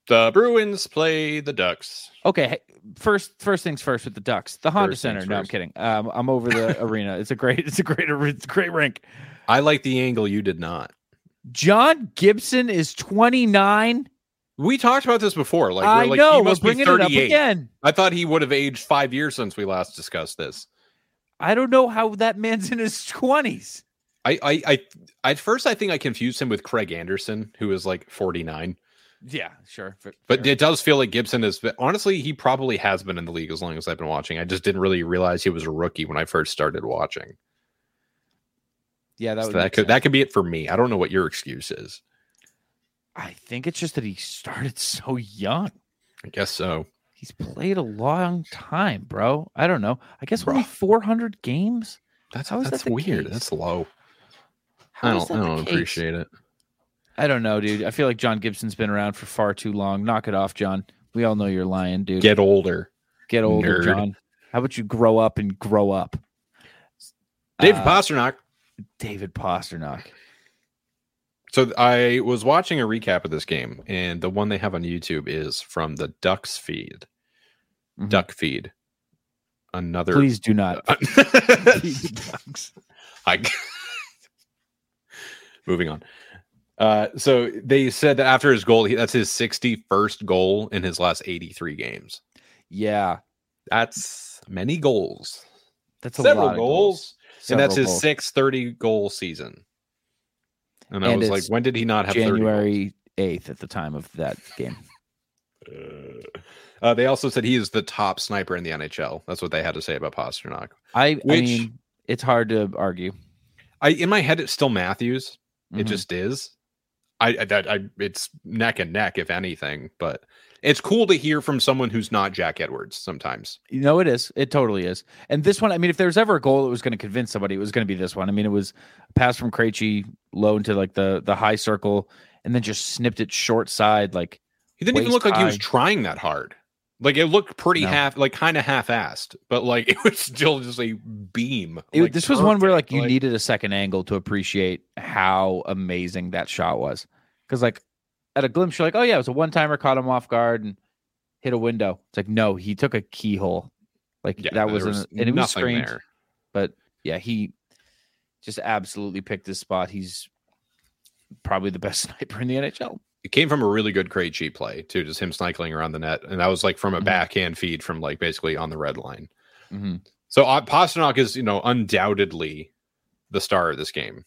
The Bruins play the Ducks. Okay, hey, first first things first with the Ducks, the Honda First things Center. No, I'm first. kidding. Um, I'm over the arena. It's a great, it's a great, ar- it's a great rink. I like the angle you did not. John Gibson is 29. We talked about this before. Like, I we're like know. he We're must be bringing it up 38. again. I thought he would have aged five years since we last discussed this. I don't know how that man's in his 20s. I, I, I, at first, I think I confused him with Craig Anderson, who is like 49. Yeah, sure. f- But fair. it does feel like Gibson is. but Honestly, he probably has been in the league as long as I've been watching. I just didn't really realize he was a rookie when I first started watching. yeah, that, That, so would that make could sense. that could be it for me. I don't know what your excuse is. I think it's just that he started so young. I guess so. He He's played a long time, bro. I don't know. I guess only 400 games. That's How is that that's the weird. case? That's low. How I is don't I that the don't case? appreciate it. I don't know, dude. I feel like John Gibson's been around for far too long. Knock it off, John. We all know you're lying, dude. Get older. Get older, nerd. John. How about you grow up and grow up? David Uh, Pasternak. David Pasternak. So th- I was watching a recap of this game, and the one they have on YouTube is from the Ducks feed. Mhm. Duck feed. Another Please do not. I moving on. Uh, so they said that after his goal, he, that's his 61st goal in his last 83 games. Yeah, That's many goals, that's a several lot goals, of goals. and that's Several his goals. sixth 30 goal season. And I And was like, it's when did he not have 30 goals? January eighth at the time of that game. Uh, they also said he is the top sniper in the NHL. That's what they had to say about Pasternak. I, I Which- mean, it's hard to argue. I in my head, it's still Matthews. It Mhm. just is. I I- that I it's neck and neck if anything, but it's cool to hear from someone who's not Jack Edwards sometimes. You know it is. It totally is. And this one, I mean, if there was ever a goal that was going to convince somebody, it was going to be this one. I mean, it was a pass from Krejci low into like the the high circle, and then just snipped it short side. Like He didn't even Waist look like he was high. trying that hard. Like it looked pretty No. half, like kind of half-assed, but like it was still just a beam. it- like, "Oh, this was one where like perfect, you needed a second angle to appreciate how amazing that shot was. Because like at a glimpse, you're like, oh yeah, it was a one timer, caught him off guard and hit a window. It's like no, he took a keyhole. Like yeah, that there was, an, and it was nothing strange. there. yeah, he just absolutely picked his spot. He's probably the best sniper in the NHL. It came from a really good Krejci play too, just him cycling around the net, and that was like from a Mhm. backhand feed from like basically on the red line. Mm-hmm. So uh, Pasternak is, you know, undoubtedly the star of this game.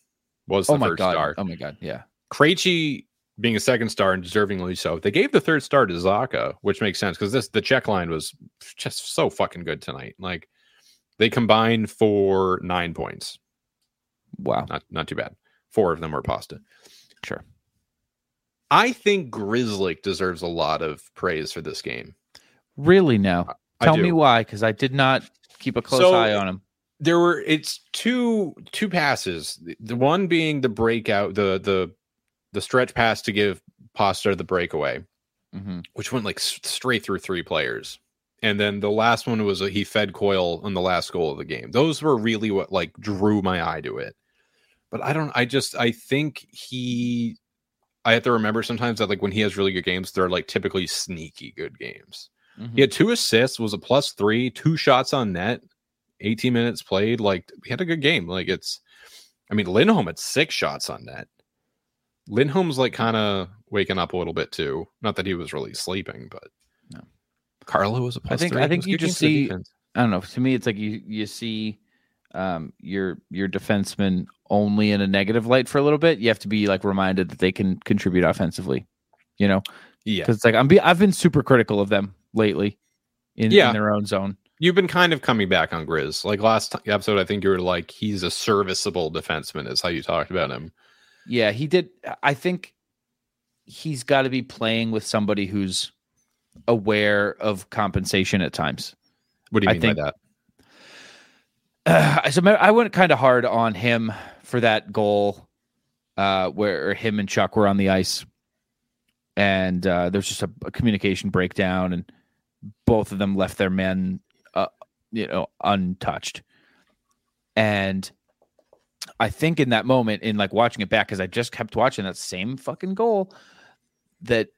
Was the Oh my first god! star. Oh my god! Yeah, Krejci being a second star and deservingly so. They gave the third star to Zaka, which makes sense because this the check line was just so fucking good tonight. Like they combined for nine points. wow. Not not too bad. Four of them were pasta. Sure. I think Grizzly deserves a lot of praise for this game. Really now? I Tell do. me why? Because I did not keep a close So- eye on him. there were it's two two passes. The- The one being the breakout, the the the stretch pass to give Pasta the breakaway. Mhm. which went like s- straight through three players. And then the last one was uh, he fed Coil on the last goal of the game. Those were really what like drew my eye to it. But I don't. I just I think he. I have to remember sometimes that like when he has really good games, they're like typically sneaky good games. Mhm. He had two assists, was a plus three, two shots on net, 18 minutes played. Like he had a good game. Like it's, I mean, Lindholm had six shots on net. Lindholm's like kind of waking up a little bit too. Not that he was really sleeping, but No. Carlo was a plus think- three. I It think was a you good just game for the see- defense. I don't know. To me, it's like you you see um, your your defenseman only in a negative light for a little bit. You have to be like reminded that they can contribute offensively. You know, Yeah. because it's like I'm be I've been super critical of them lately in, Yeah. in their own zone. You've been kind of coming back on Grizz. Like last t- episode, I think you were like, he's a serviceable defenseman, is how you talked about him. Yeah, he did. I think he's got to be playing with somebody who's aware of compensation at times. What do you I mean think- by that? so me- I went kind of hard on him for that goal uh, where him and Chuck were on the ice, and uh, there's just a, a communication breakdown, and both of them left their men, uh, you know, untouched. And I think in that moment, in like watching it back, because I just kept watching that same fucking goal, that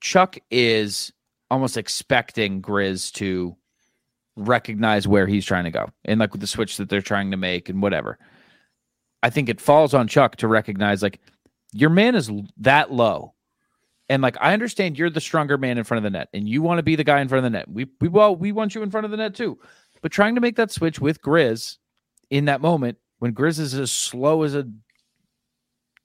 Chuck is almost expecting Grizz to recognize where he's trying to go and like with the switch that they're trying to make and whatever. I think it falls on Chuck to recognize like your man is l- that low. And like I understand you're the stronger man in front of the net and you want to be the guy in front of the net. We we well we want you in front of the net too. But trying to make that switch with Grizz in that moment when Grizz is as slow as a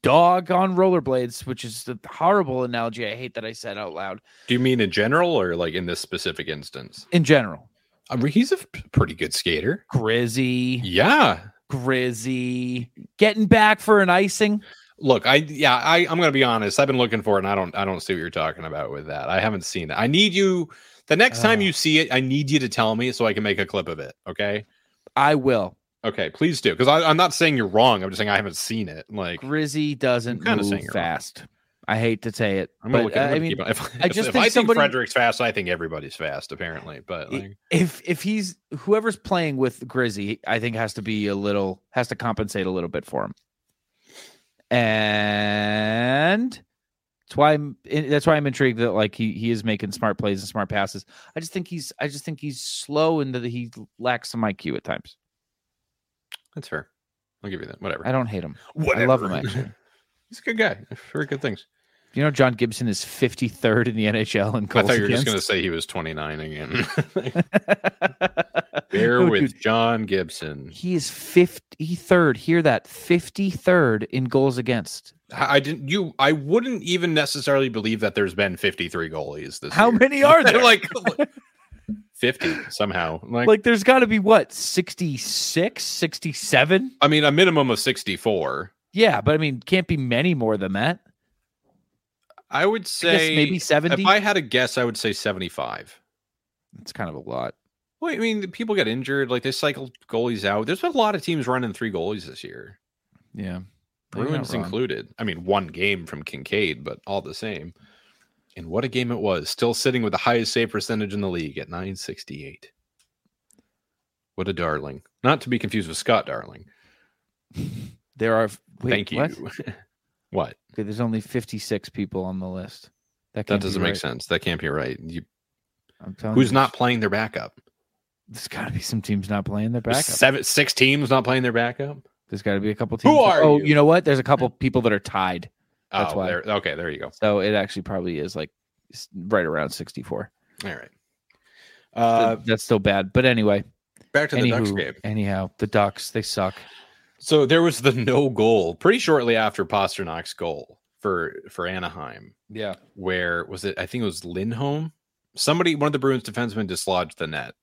dog on rollerblades, which is a horrible analogy I hate that I said out loud Do you mean in general or like in this specific instance? in general. I mean, he's a p- pretty good skater. Grizzy. Yeah. Grizzy getting back for an icing. Look, I yeah, I I'm gonna be honest. I've been looking for it, and I don't I don't see what you're talking about with that. I haven't seen it. I need you the next time Oh. you see it. I need you to tell me so I can make a clip of it. Okay, I will. okay, please do because I'm not saying you're wrong. I'm just saying I haven't seen it. Like Grizzy doesn't kinda saying move you're wrong. fast. I hate to say it. I'm gonna but, look. At, uh, i I mean, if, I if- just if think I somebody- think Frederick's fast, I think everybody's fast apparently. But It- like, if if he's whoever's playing with Grizzy, I think has to be a little has to compensate a little bit for him. And that's why I'm it- that's why I'm intrigued that like he he is making smart plays and smart passes. I just think he's I just think he's slow and that he lacks some IQ at times. that's fair. I'll give you that. Whatever. I don't hate him. Whatever. I love him actually. He's a good guy. Very good things. You know John Gibson is 53rd in the NHL in I goals thought you were just against. going to say he was 29 again. Bear No, with dude, John Gibson. He is 53rd. Hear that? 53rd in goals against. I I didn't. You. I wouldn't even necessarily believe that there's been 53 goalies this. How year. many are there? like 50 somehow. Like, like there's got to be what 66 67 I mean, a minimum of 64. yeah but i mean can't be many more than that I would I guess say maybe 70 If I had a guess, I would say 75. it's kind of a lot Well, I mean, the people get injured. Like they cycle goalies out. There's been a lot of teams running three goalies this year, yeah You're not Bruins wrong. included. I mean, one game from Kincaid, but all the same. And what a game it was! Still sitting with the highest save percentage in the league at 968. What a darling! Not to be confused with Scott Darling. there are wait, Thank you. what? What? Okay, there's only 56 people on the list That that, can't doesn't be make right. sense. That can't be right. You, I'm telling who's you, not playing their backup? there's got to be some teams not playing their There's backup Seven, six teams not playing their backup. there's got to be a couple Who teams that- are oh you? you know what there's a couple people that are tied That's oh, why. There, okay, there you go. so it actually probably is like s- right around 64 All right. Uh, Th- that's still bad but anyway back to the Ducks anywho, game. anyhow the ducks they suck So there was the no goal pretty shortly after Pasternak's goal for for Anaheim, yeah where was it? I think it was Lindholm. Somebody, one of the Bruins defensemen, dislodged the net.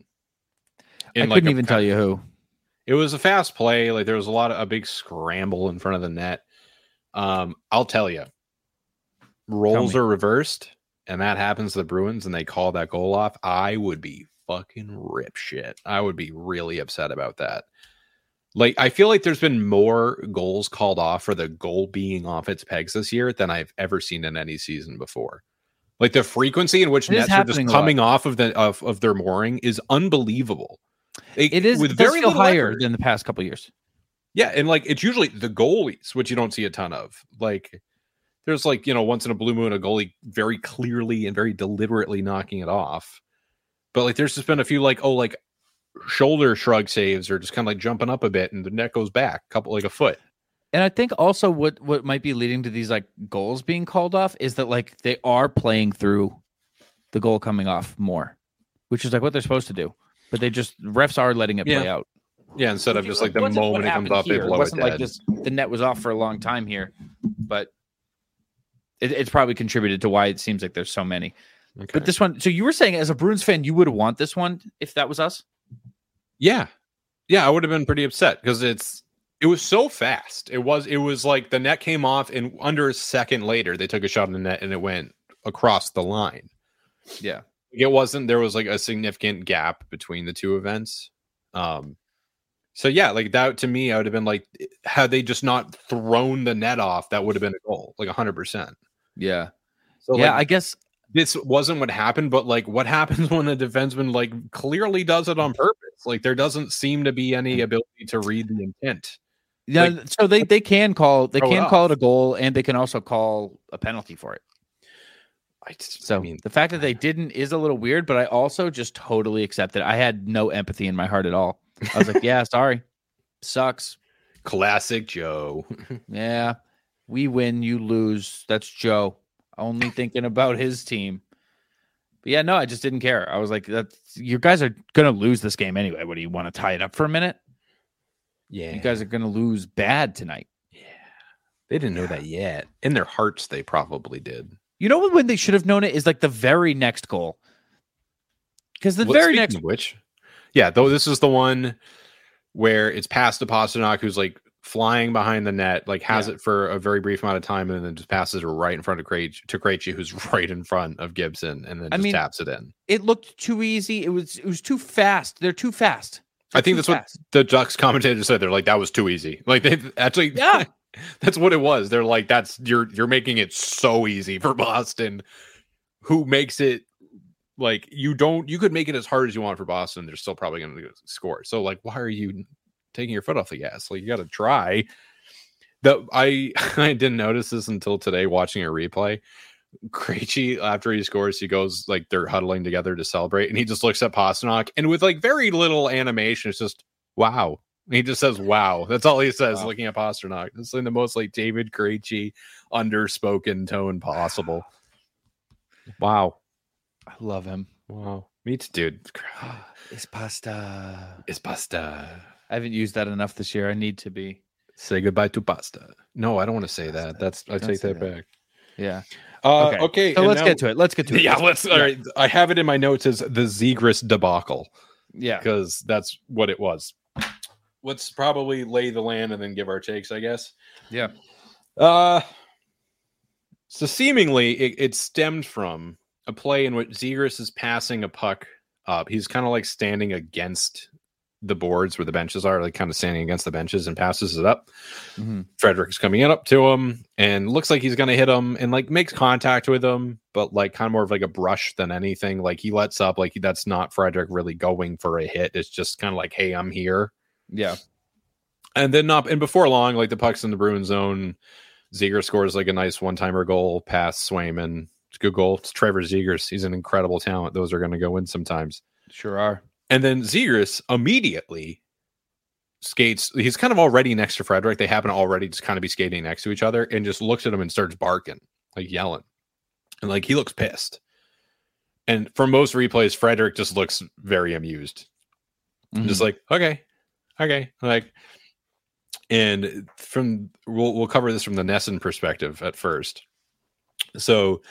i couldn't even tell you who It was a fast play. Like there was a lot of a big scramble in front of the net. Um, I'll tell you, roles me. are reversed, and that happens to the Bruins, and they call that goal off. I would be fucking rip shit. I would be really upset about that. Like I feel like there's been more goals called off for the goal being off its pegs this year than I've ever seen in any season before. Like the frequency in which It is nets are just happening a lot. coming off of the of, of their mooring is unbelievable. They- It is with very feel little higher effort. than the past couple years. Yeah, and like it's usually the goalies, which you don't see a ton of. Like there's like, you know, once in a blue moon a goalie very clearly and very deliberately knocking it off. But like there's just been a few like oh like shoulder shrug saves or just kind of like jumping up a bit and the net goes back a couple like a foot. And I think also what what might be leading to these like goals being called off is that like they are playing through the goal coming off more, which is like what they're supposed to do. But they just refs are letting it play Yeah. out. Yeah, instead of just like the Wasn't what moment it comes happened up, they here. blow it wasn't dead. like this. The net was off for a long time here, but it, it's probably contributed to why it seems like there's so many. But Okay. this one, so you were saying as a Bruins fan, you would want this one if that was us. Yeah. Yeah, I would have been pretty upset because it's it was so fast. It was it was like the net came off and under a second later they took a shot in the net and it went across the line. Yeah. It wasn't there was like a significant gap between the two events. Um so yeah, like that to me I would have been like had they just not thrown the net off that would have been a goal like 100%. Yeah, So yeah. like, I guess this wasn't what happened, but like what happens when a defenseman like clearly does it on purpose? Like there doesn't seem to be any ability to read the intent. Yeah, Like- th- so they they can call they Throw it can call it a goal and they can also call a penalty for it. I, just, So I mean, the fact that they didn't is a little weird, but I also just totally accept it. I had no empathy in my heart at all. I was like, yeah, sorry, sucks. classic Joe. Yeah, we win, you lose. That's Joe only thinking about his team. But yeah, no, I just didn't care. I was like, that's you guys are gonna lose this game anyway. What do you want to tie it up for a minute? Yeah, You guys are gonna lose bad tonight. they didn't know that yet. In their hearts, they probably did. You know when they should have known it is like the very next goal. Because the Well, very speaking next of which, yeah, though this is the one where it's past to Pasternak, who's like flying behind the net, like has it for a very brief amount of time, and then just passes it right in front of Krejci to Krejci, who's right in front of Gibson, and then I just mean, taps it in. It looked too easy. It was it was too fast. They're too fast. I think that's what the Ducks commentators said. They're like, "That was too easy." Like they actually, Yeah. that's what it was. They're like, "That's you're you're making it so easy for Boston, who makes it like you don't you could make it as hard as you want for Boston. They're still probably going to score. So like, why are you taking your foot off the gas? Like you got to try." The I I didn't notice this until today watching a replay. Krejci after he scores, he goes like they're huddling together to celebrate, and he just looks at Pasternak, and with like very little animation, it's just wow. He just says wow. That's all he says, Wow. looking at Pasternak. It's in the most like David Krejci underspoken tone possible. Wow, I love him. wow, me too, dude. It's pasta. It's pasta. I haven't used that enough this year. I need to be. Say goodbye to pasta. No, I don't want to say that. That's I Don't take say that, that. back. Yeah. Uh, Okay. okay. So and let's now- get to it. Let's get to it. Yeah, let's. All right, I have it in my notes as the Zegris debacle. Yeah. because that's what it was. Let's probably lay the land and then give our takes, I guess. Yeah. Uh so seemingly it, it stemmed from a play in which Zegers is passing a puck up. He's kind of like standing against the boards where the benches are, like kind of standing against the benches and passes it up. Mhm. Frederick's coming in up to him and looks like he's gonna hit him and like makes contact with him, but like kind of more of like a brush than anything. Like he lets up, like that's not Frederick really going for a hit. It's just kind of like, hey, I'm here. Yeah. And then not and before long, like the puck's in the Bruin zone. Ziegler scores like a nice one timer goal past Swayman. It's a good goal. It's Trevor Zegers. He's an incredible talent. Those are gonna go in sometimes. Sure are. And then Zegers immediately skates. He's kind of already next to Frederick. They happen to already just kind of be skating next to each other and just looks at him and starts barking, like yelling. And like he looks pissed. And for most replays, Frederick just looks very amused Mm-hmm. just like okay okay like and from we'll, we'll cover this from the Nesson perspective at first so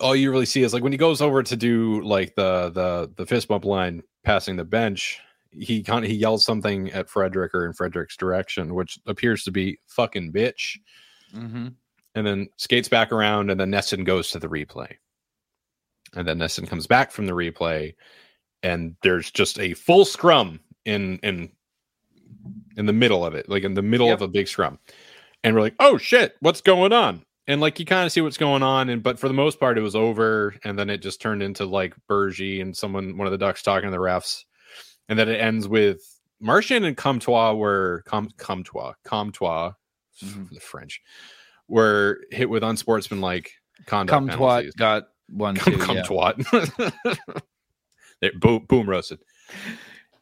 all you really see is like when he goes over to do like the the the fist bump line passing the bench he kind of he yells something at Frederick or in Frederick's direction which appears to be fucking bitch hmm and then skates back around and then Nesson goes to the replay. And then Nesson comes back from the replay and there's just a full scrum in in in the middle of it, like in the middle Yep. of a big scrum. And we're like, "Oh shit, what's going on?" And like you kind of see what's going on and but for the most part it was over and then it just turned into like Bergie and someone one of the ducks talking to the refs. And then it ends with Martian and Comtois were Com Comtois, Comtois, Mhm. the French were hit with unsportsmanlike conduct. Come penalties. twat got one. Come, too, come yeah. twat. They- boom, boom roasted.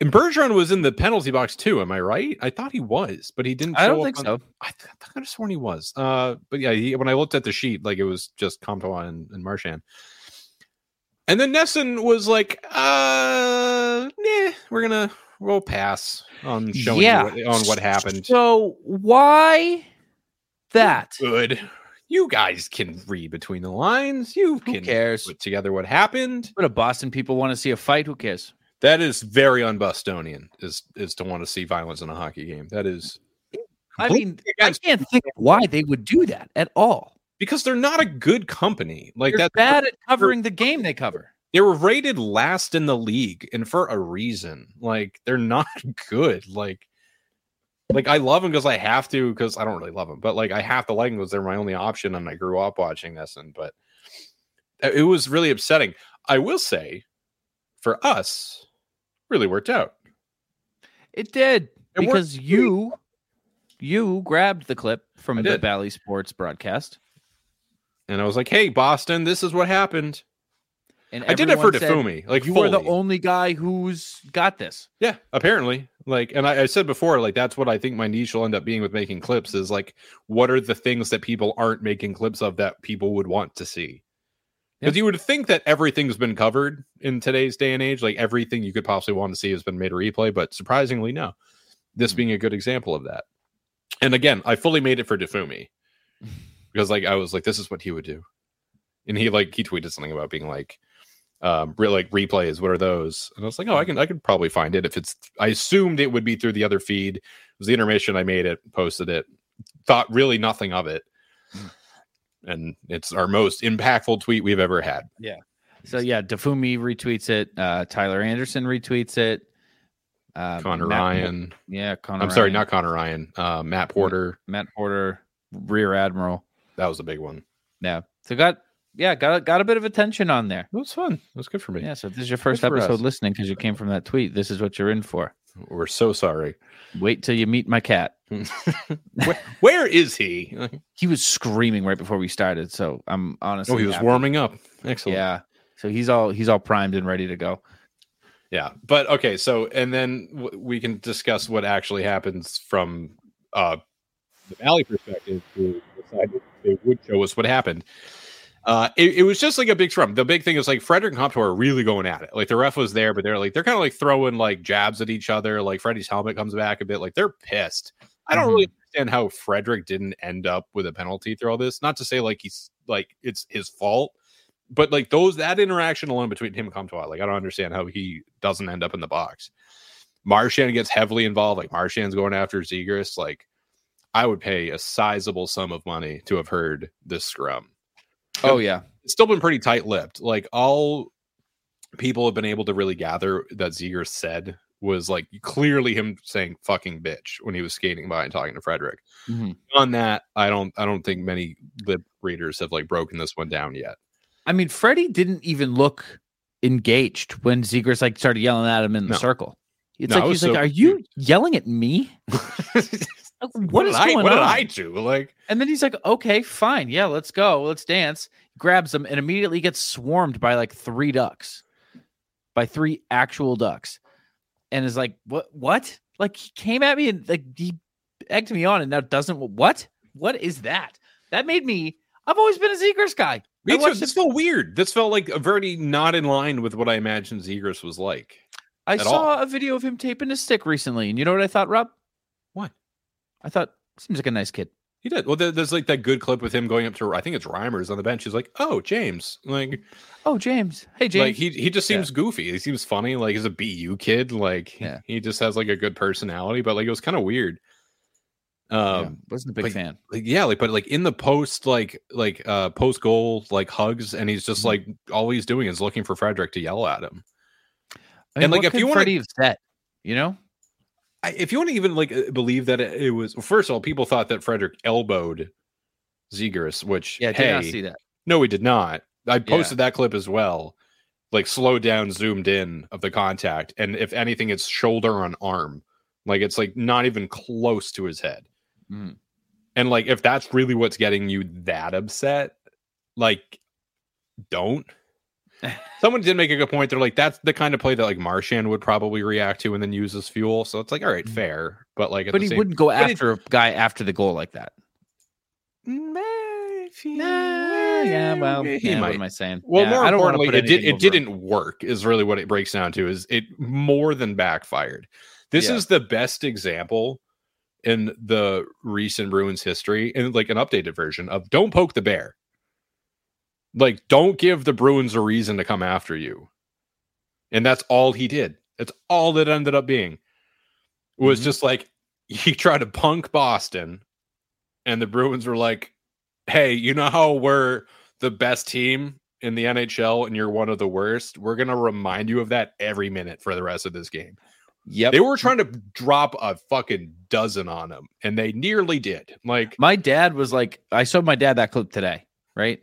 And Bergeron was in the penalty box too. Am I right? I thought he was, but he didn't. I show don't up think on- so. I, th- I could have sworn he was. Uh, but yeah, he, when I looked at the sheet, like it was just Comtois and, and Marchand. And then Nesson was like, uh, nah, we're gonna we'll pass on showing you Yeah. what, on what happened. So why that? Good. You guys can read between the lines. You Who can cares? put together what happened. But if Boston people want to see a fight, who cares? That is very unbostonian is is to want to see violence in a hockey game. That is I mean, I against- can't think why they would do that at all. because they're not a good company. Like They're that bad at covering the game they cover. they were rated last in the league and for a reason. Like they're not good. Like like I love them because I have to because I don't really love them, but like I have to like them because they're my only option and I grew up watching this and but uh, it was really upsetting. I will say for us really worked out. It did It worked because you you grabbed the clip I from the did. Bally Sports broadcast, And I was like, "Hey Boston, this is what happened." and I did it for everyone said, Defumi. Like You were the fully. only guy who's got this. Yeah, apparently. Like, and I, I said before, like that's what I think my niche will end up being with making clips is like, what are the things that people aren't making clips of that people would want to see? Because Yeah. you would think that everything's been covered in today's day and age, like everything you could possibly want to see has been made a replay, but surprisingly, no. This Hmm. being a good example of that. And again, I fully made it for Defumi because like I was like, this is what he would do, and he like he tweeted something about being like, um, re- like replays. What are those? And I was like, Mm. oh, I can I could probably find it if it's. I assumed it would be through the other feed. It was the intermission. I made it, posted it, thought really nothing of it, Mm. and it's our most impactful tweet we've ever had. So yeah, Dafumi retweets it. Uh, Tyler Anderson retweets it. Uh, Connor Matt- Ryan. Yeah, Connor. I'm sorry, Ryan. not Connor Ryan. Uh, Matt Porter. Matt Porter, Rear Admiral. That was a big one. Yeah. So got yeah got got a bit of attention on there. That was fun. That was good for me. Yeah. So if this is your first Good for episode us. listening because you came from that tweet. This is what you're in for. We're so sorry. Wait till you meet my cat. Where, where is he? He was screaming right before we started, so I'm honestly. Oh, he was happy. warming up. Excellent. Yeah. So he's all he's all primed and ready to go. Yeah, but okay. So, and then w- we can discuss what actually happens from uh, the Valley perspective to decide if they would show us what happened. Uh, it, it was just like a big scrum. The big thing is like Frederick and Compton are really going at it. Like the ref was there, but they're like they're kind of like throwing like jabs at each other. Like Freddie's helmet comes back a bit. Like they're pissed. I don't really understand how Frederick didn't end up with a penalty through all this. Not to say like he's like it's his fault, but like those that interaction alone between him and Comtois, like I don't understand how he doesn't end up in the box. Marshan gets heavily involved, like Marshan's going after Zegers. Like I would pay a sizable sum of money to have heard this scrum. Oh yeah. It's still been pretty tight lipped. Like all people have been able to really gather that Zegers said was like clearly him saying fucking bitch when he was skating by and talking to Frederick. Mhm. On that, I don't I don't think many lip readers have like broken this one down yet. I mean, Freddie didn't even look engaged when Zegers like started yelling at him in the No. circle. It's No, I like was he's like, so "Are you yelling at me? Like, what did is I, going what on?" did I do? Like, And then he's like, "Okay, fine, yeah, let's go, let's dance." Grabs them and immediately gets swarmed by like three ducks, by three actual ducks, and is like, "What? What?" Like he came at me and like he egged me on, and now doesn't what? What is that? That made me. I've always been a Zegers guy. me I too. watched This it- felt weird. This felt like very not in line with what I imagined Zegers was like. I at saw a video of him taping his stick recently, and you know what I thought, Rob? What? I thought seems like a nice kid. He did. Well, there- there's like that good clip with him going up to, I think it's Reimers on the bench. He's like, "Oh, James." Like, Oh, James. Hey, James. like he he just Yeah. seems goofy. He seems funny. Like he's a BU kid. Like Yeah. he just has like a good personality. But like it was kind of weird. Um, Yeah, wasn't a big like, fan. like yeah like but like in the post like like uh post goal like hugs and he's just Mhm. like all he's doing is looking for frederick to yell at him I mean, and, like, what if could you wanna- Freddie have said, you know, I, if you want to even like uh, believe that it, it was first of all people thought that frederick elbowed zegers which yeah, I did hey not see that. no he did not i posted that clip as well like slowed down zoomed in of the contact and if anything it's shoulder on arm like it's like not even close to his head Mhm. and like if that's really what's getting you that upset like don't someone did make a good point they're like that's the kind of play that like marshan would probably react to and then use as fuel so it's like all right Mhm. fair but like at But the he same- wouldn't go but it- after a guy after the goal like that. Nah, yeah, well, he yeah, what might am I saying? well, Yeah, more I don't wanna importantly, put it did anything it over him. didn't work is really what it breaks down to is it more than backfired. This Yeah. is the best example in the recent Bruins history and like an updated version of don't poke the bear. Like don't give the Bruins a reason to come after you. And that's all he did. That's all that ended up being. Was Mhm. just like he tried to punk Boston and the Bruins were like, "Hey, you know how we're the best team in the NHL and you're one of the worst, we're going to remind you of that every minute for the rest of this game. Yep. They were trying to drop a fucking dozen on him and they nearly did. Like, my dad was like, I showed my dad that clip today, right?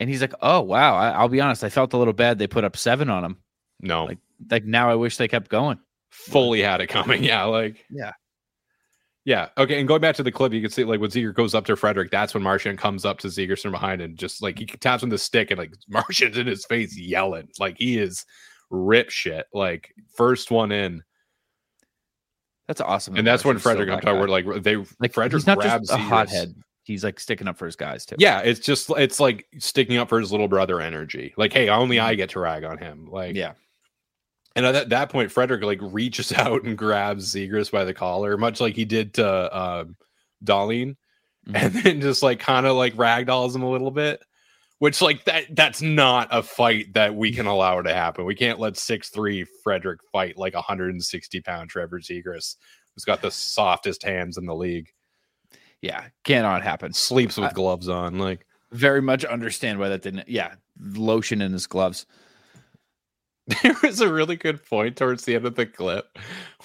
And he's like, "Oh wow, I, I'll be honest, I felt a little bad. They put up seven on him. no, Like now, I wish they kept going." fully had it coming. Yeah. Like, Yeah. Yeah. Okay. And going back to the clip, you can see like when Ziegler goes up to Frederick, that's when Martian comes up to Zegers from behind and just like he taps him the stick and like Martian's in his face yelling. Like he is rip shit. Like first one in. That's awesome. And that's when Frederick Frederick comes out where like they like Frederick he's not grabs just a Zegers. hothead. He's like sticking up for his guys too. Yeah, it's just it's like sticking up for his little brother energy. Like, hey, only Mm-hmm. I get to rag on him. Like, yeah. And at that- that point, Frederick like reaches out and grabs Zegers by the collar, much like he did to um, Darlene, Mhm. and then just like kind of like ragdolls him a little bit, which like that that's not a fight that we can allow to happen. We can't let six three Frederick fight like 160 pound Trevor Zegras, who's got the softest hands in the league, Yeah, cannot happen. and sleeps with I- gloves on. Like Very much understand why that didn't. Yeah, lotion in his gloves. there was a really good point towards the end of the clip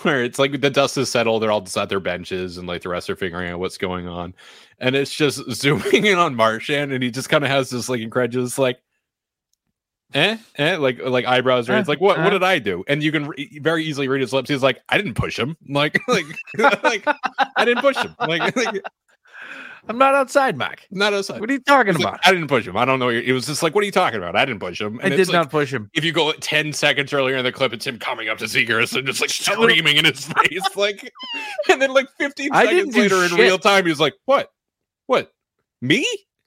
where it's like the dust is settled, they're all just at their benches, and like the rest are figuring out what's going on. And it's just zooming in on Martian, and he just kind of has this like incredulous like eh, eh, like like eyebrows raised, Uh, like what uh. what did I do? And you can re- e, very easily read his lips. He's like, I didn't push him. Like like like I didn't push him. Like, like I'm not outside, Mac. not outside. What are you talking He's like, about? I didn't push him. I don't know. It was just like, what are you talking about? I didn't push him. I And did it's like- not push him. if you go 10 seconds earlier in the clip, it's him coming up to Zegers and just like little- screaming in his face. Like, and then like 15 I didn't seconds do later in shit. real time, he's like, What? What? Me?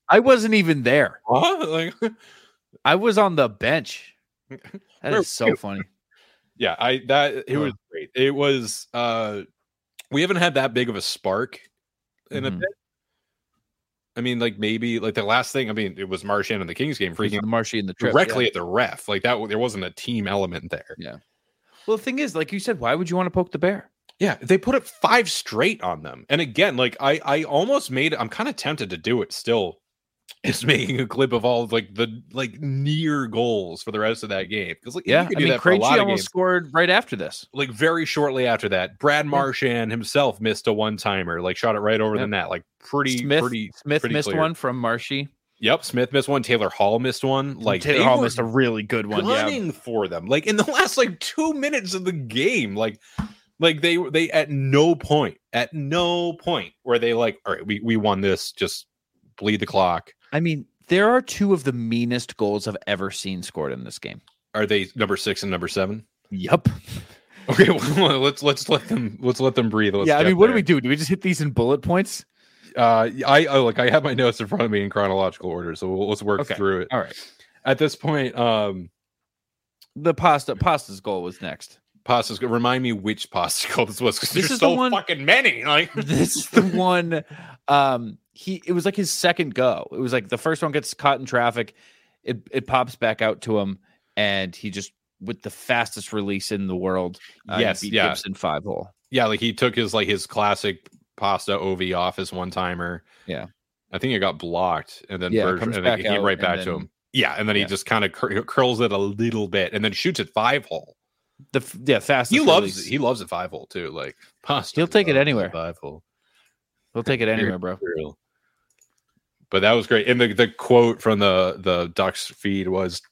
I wasn't even there. Huh? Like, I was on the bench. That Where is so funny. yeah, I that it Huh. was great. It was, uh, we haven't had that big of a spark in a Mhm. bit. I mean, like maybe like the last thing, I mean, it was Marshan and the Kings game Freaking freaking the Marshy and the trip. yeah. directly at the ref. Like that, there wasn't a team element there. Well, the thing is, like you said, why would you want to poke the bear? Yeah, they put it five straight on them. And again, like I I almost made I'm kind of tempted to do it still. Is making a clip of all of, like the like near goals for the rest of that game because like Yeah, you could I do mean, that for a Krejci lot of almost games. scored right after this. Like very shortly after that, Brad Yeah. Marchand himself missed a one timer, like shot it right over Yeah. the net, like pretty Smith- pretty. Smith Pretty missed clear. one from Marshy. Yep, Smith missed one. Taylor Hall missed one. Like Taylor they Hall were missed a really good one. Yeah, gunning for them. Like in the last like two minutes of the game, like like they they at no point, at no point were they like, all right, we we won this, just bleed the clock. I mean, there are two of the meanest goals I've ever seen scored in this game. Are they number six and number seven? Yep. Okay, well, let's let's let them let's let them breathe. Let's yeah, I get mean, what do there. we do? Do we just hit these in bullet points? Uh, I oh, look, I have my notes in front of me in chronological order, so we'll, let's work Okay. through it. All right. At this point, um, The pasta pasta's goal was next. pastas remind me which pasta called this was because This there's is the so one- fucking many. Like, this is the one um he it was like his second go it was like the first one gets caught in traffic it it pops back out to him and he just with the fastest release in the world uh, he Yes, beat yeah. Gibson five hole Yeah, like he took his like his classic pasta OV off his one timer. Yeah. I think it got blocked, and then Yeah, it Berge- comes and then back it came out, right and back to then- him. Yeah, and then Yeah. he just kind of cur- curls it a little bit, and then shoots at five hole. the f- yeah fastest He loves release. he loves a five hole too. Like pasta, He'll take it loves anywhere. Five hole, he'll take it anywhere bro real. But that was great. And the the quote from the the Ducks feed was.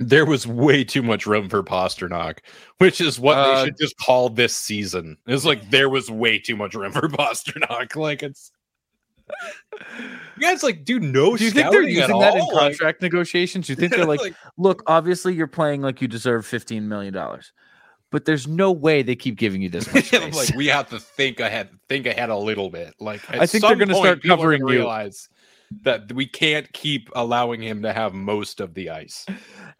There was way too much room for Pasternak, which is what Uh, they should just call this season. It's like there was way too much room for Pasternak. Like it's You guys like do no do you think they're scouting at using that in all? Like- contract negotiations? You think they're like, look, obviously you're playing like you deserve fifteen million dollars, but there's no way they keep giving you this much like, I'm space. like, we have to think ahead, think ahead a little bit. Like at I think they're some gonna point, start people are covering gonna you. Realize that we can't keep allowing him to have most of the ice.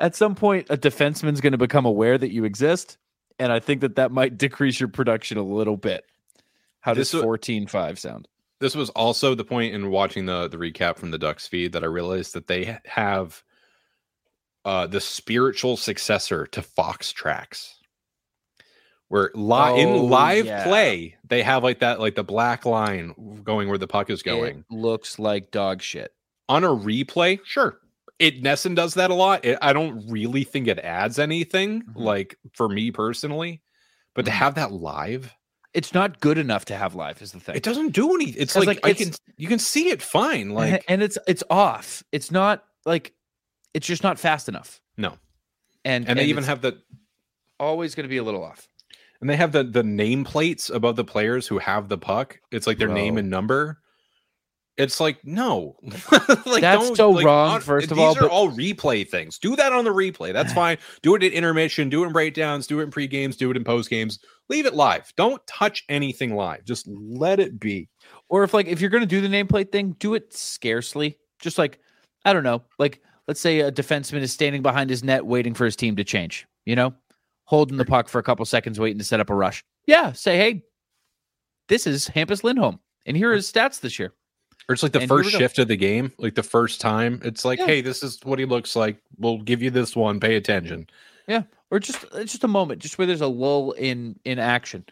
at some point a defenseman's going to become aware that you exist and i think that that might decrease your production a little bit how does This wa- 14-5 sound This was also the point in watching the the recap from the Ducks feed that I realized that they ha- have uh the spiritual successor to Fox Tracks. Where li- Oh, in live yeah. play, they have like that, like the black line going where the puck is going. it looks like dog shit on a replay, sure. It Nesson does that a lot. It, I don't really think it adds anything, Mhm. like for me personally. But Mhm. to have that live, it's not good enough to have live is the thing it doesn't do anything. It's 'Cause, like, like, I it's- can you can see it fine. Like and it's it's off it's not like it's just not fast enough No. and and they even it's have the always going to be a little off and they have the the nameplates above the players who have the puck. It's like their name Bro. and number. It's like no, like, That's don't- so wrong, first of all, these are but- all replay things. Do that on the replay. That's fine. Do it at intermission. Do it in breakdowns. Do it in pre games. Do it in post games. Leave it live. Don't touch anything live. Just let it be. or if like if you're gonna do the nameplate thing, do it scarcely. Just like I don't know, like let's say a defenseman is standing behind his net waiting for his team to change. You know, holding the puck for a couple seconds, waiting to set up a rush. Yeah, say hey, this is Hampus Lindholm, and here are his stats this year. Or it's like the And you first were the- shift of the game, like the first time. It's like, Yeah. hey, this is what he looks like. We'll give you this one. Pay attention. or just it's just a moment just where there's a lull in in action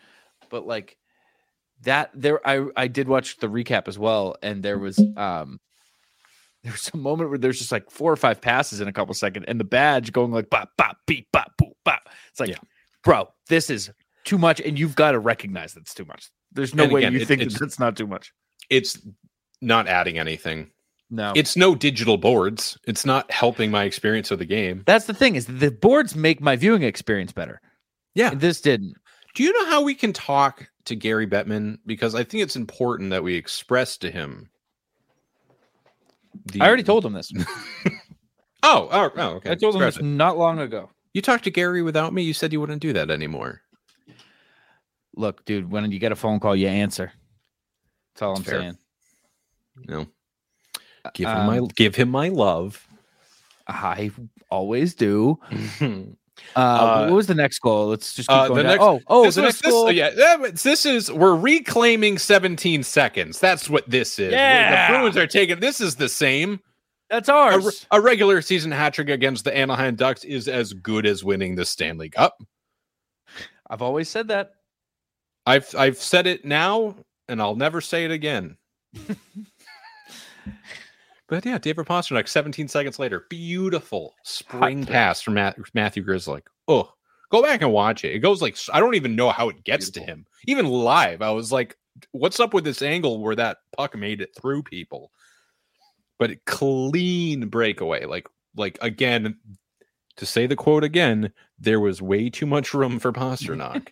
but like that there i i did watch the recap as well and there was um there was a moment where there's just like four or five passes in a couple seconds and the badge going like bop bop beep bop boop bop it's like Yeah. bro this is too much and you've got to recognize that's too much there's no And way again, you it- think that it's- that's not too much It's not adding anything. no It's no digital boards. It's not helping my experience of the game. that's the thing is the boards make my viewing experience better Yeah. this didn't Do you know how we can talk to Gary Bettman? Because I think it's important that we express to him. the- i already told him this Oh, oh, oh, okay. i told him Express this it. not long ago You talked to Gary without me. You said you wouldn't do that anymore. look, dude, when you get a phone call, you answer. That's all I'm Fair. saying. No. Give um, him my give him my love. I always do. Mhm. Uh, Uh, what was the next goal? Let's just keep uh, going. the down. next- oh, oh, this the was- next this- uh, goal. yeah, that was- this is we're reclaiming 17 seconds. That's what this is. We're- Yeah. The Bruins are taking this is the same. That's A, ours. re- a regular season hat trick against the Anaheim Ducks is as good as winning the Stanley Cup. I've always said that. I've I've said it now and I'll never say it again. but yeah, David Pasternak 17 seconds later, beautiful spring Hot take. pass from Matt, Matthew Grizzlick. Oh, go back and watch it. It goes like I don't even know how it gets to Beautiful. him. Even live, I was like what's up with this angle where that puck made it through people? But it- clean breakaway like like again to say the quote again, there was way too much room for Pasternak.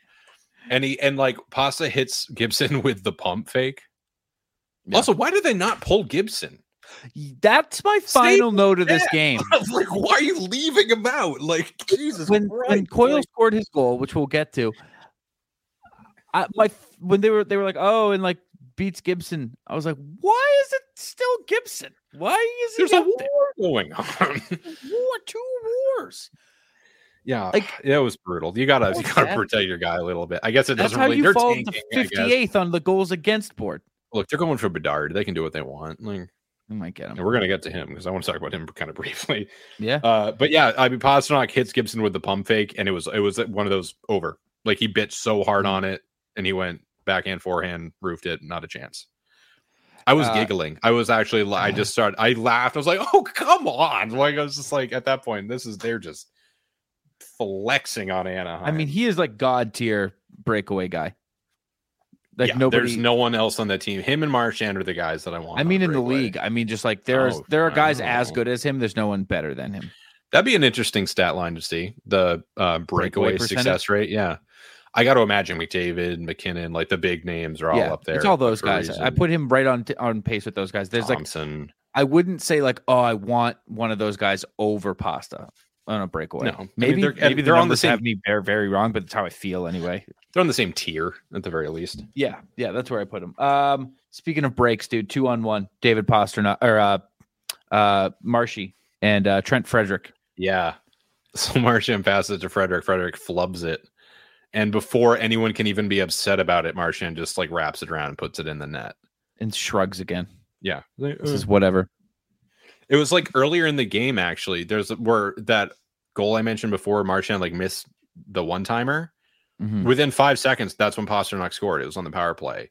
and he and like Pasta hits Gibson with the pump fake. Yeah. Also, why did they not pull Gibson? That's my Stay final note of this there. game. like, why are you leaving him out? Like, Jesus when when Christ. Coyle Like, scored his goal, which we'll get to, I, my f- when they were they were like, oh, and like beats Gibson. I was like, why is it still Gibson? Why is there's he a up war there? going on. War, two wars. yeah, Like- like it was brutal. You gotta you What's gotta that? protect your guy a little bit. I guess it That's doesn't how really. you They're fall tanking. to I guess. 58th on the goals against board. Look, they're going for Bedard. They can do what they want. Like, We might get and him. we're gonna get to him because I want to talk about him kind of briefly. Yeah. Uh, but yeah, I mean, Pasternak hits Gibson with the pump fake, and it was it was one of those over. Like he bit so hard Mm-hmm. on it, and he went backhand, forehand, roofed it. Not a chance. I was Uh, giggling. I was actually. la- I just started. I laughed. I was like, "Oh come on!" Like I was just like, at that point, this is they're just flexing on Anaheim. I mean, he is like god tier breakaway guy. Like Yeah, nobody. There's no one else on that team. Him and Marchand are the guys that I want. I on mean, in the breakaway. league. I mean, just like there's Oh, there are guys as wow. good as him. There's no one better than him. That'd be an interesting stat line to see the uh, breakaway, Breakaway percentage? success rate. Yeah, I got to imagine McDavid, McKinnon, like the big names are all yeah, up there. it's all those for guys. I reason. put him right on t- on pace with those guys. There's like Thompson. I wouldn't say like oh I want one of those guys over Pasta on a breakaway. no, maybe Maybe they're, maybe they're on the same. have me very very wrong, but that's how I feel anyway. they're on the same tier at the very least. Yeah, yeah, that's where I put him. Um, speaking of breaks, dude, two on one, David Pasternak or uh, uh, Marshy and uh, Trent Frederick. Yeah. So Martian passes to Frederick. Frederick flubs it, and before anyone can even be upset about it, Martian just like wraps it around and puts it in the net. and shrugs again. Yeah, This is whatever. It was like earlier in the game, actually. There's where that goal I mentioned before, Marchand like missed the one timer. Mhm. Within five seconds, that's when Pasternak scored. It was on the power play.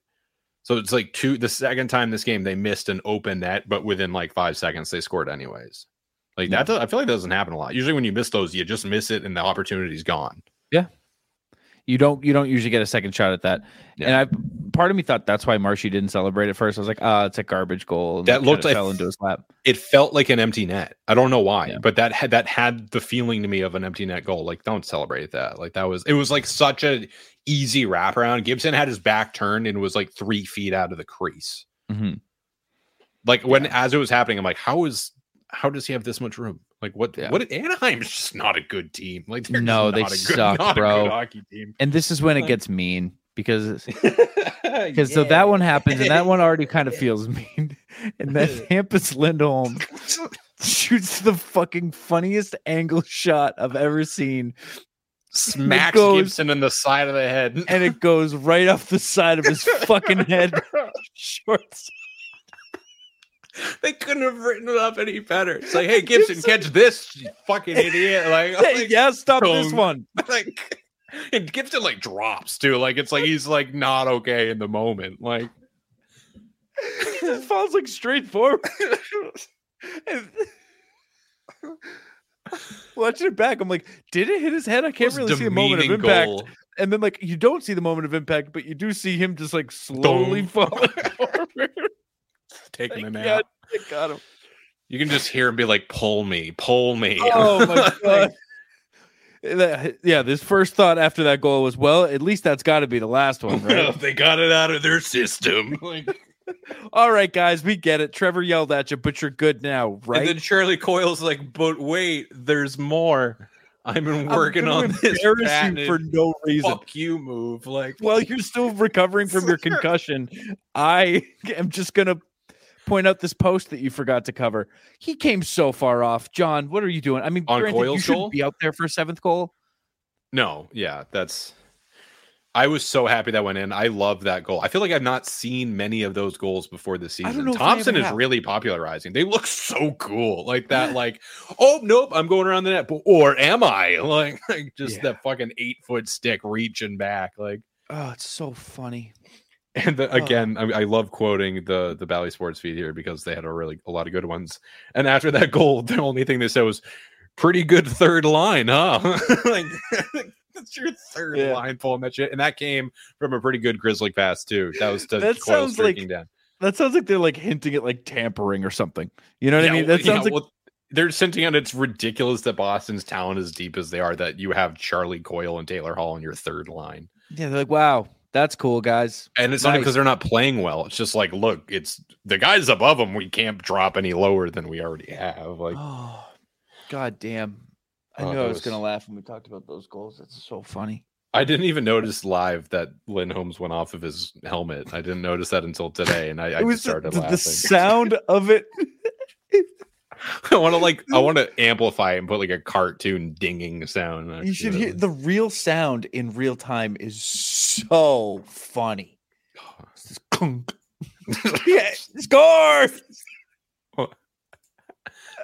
So it's like two the second time this game they missed an open net, but within like five seconds they scored anyways. Like Yeah. that, does- I feel like that doesn't happen a lot. Usually when you miss those, you just miss it and the opportunity's gone. You don't you don't usually get a second shot at that. And Yeah. I part of me thought that's why Marshy didn't celebrate at first. I was like, ah, it's a garbage goal. and That kinda looked like- fell into his lap. It felt like an empty net. I don't know why, Yeah. but that had that had the feeling to me of an empty net goal. Like don't celebrate that. Like that was it was like such a easy wraparound. Gibson had his back turned and was like three feet out of the crease. Mhm. Like when as it was happening, I'm like, how is how does he have this much room? Like what Yeah. what Anaheim is just not a good team. Like they're just No, they not a good- suck, not a good bro. hockey team. And this is when it gets mean because because so that one happens and that one already kind of feels mean. And then Hampus Lindholm shoots the fucking funniest angle shot I've ever seen, smacks goes- Gibson in the side of the head. and it goes right off the side of his fucking head. Shorts. they couldn't have written it up any better. It's like, hey Gibson, catch this, you fucking idiot! Like, I'm like, yeah, stop this Tone. one. like, and Gibson like drops too. Like, it's like he's like not okay in the moment. Like, He just falls like straight forward. Watching it back, I'm like, did it hit his head? I can't most really see a moment of demeaning impact. goal. And then like you don't see the moment of impact, but you do see him just like slowly Boom. falling forward. taking a Like, nap. yeah, I got him. You can just hear him be like, "Pull me, pull me." Oh my god. eh, That- yeah, this first thought after that goal was, well, at least that's got to be the last one, Well, right? they got it out of their system. Like, All right, guys, we get it. Trevor yelled at you, but you're good now, right? And then Charlie Coyle's like, "But wait, there's more. I've been I'm working gonna on this Oh. embarrass you patented for no reason. fuck you move." Like, While you're still recovering from your concussion, I am just gonna point out this post that you forgot to cover. He came so far off, John. What are you doing? I mean, On granted, you Coyle's shouldn't goal? be out there for a seventh goal. no, yeah, that's. I was so happy that went in. I love that goal. I feel like I've not seen many of those goals before this I don't season. know if I Thompson ever is have. really popularizing. They look so cool. Like that, like, oh nope, I'm going around the net. But- Or am I? Like, like just Yeah. that fucking eight foot stick reaching back. Like Oh, it's so funny. And the, Oh. again, I, I love quoting the the Bally Sports feed here because they had a really a lot of good ones. And after that goal, the only thing they said was pretty good third line, huh? like that's your third Yeah. line pulling that shit. And that came from a pretty good grizzly pass too. That was to That Coyle sounds like- streaking down. That sounds like they're like hinting at like tampering or something. You know what I Yeah, mean? well, That yeah, sounds like well, they're sending out it's ridiculous that Boston's talent as deep as they are, that you have Charlie Coyle and Taylor Hall on your third line. yeah. They're like, wow, that's cool, guys. And it's not Nice. because they're not playing well. It's just like, look, it's the guys above them. We can't drop any lower than we already have. Like, oh, god damn! I Oh, knew that I was was- gonna laugh when we talked about those goals. That's so funny. I didn't even notice live that Lindholm's went off of his helmet. I didn't notice that until today, and I, I it was just started the, the laughing. sound of it. I want to like, I want to amplify it and put like a cartoon dinging sound. next You to should it. hear the real sound in real time is so funny. It's just clunk. yeah, score.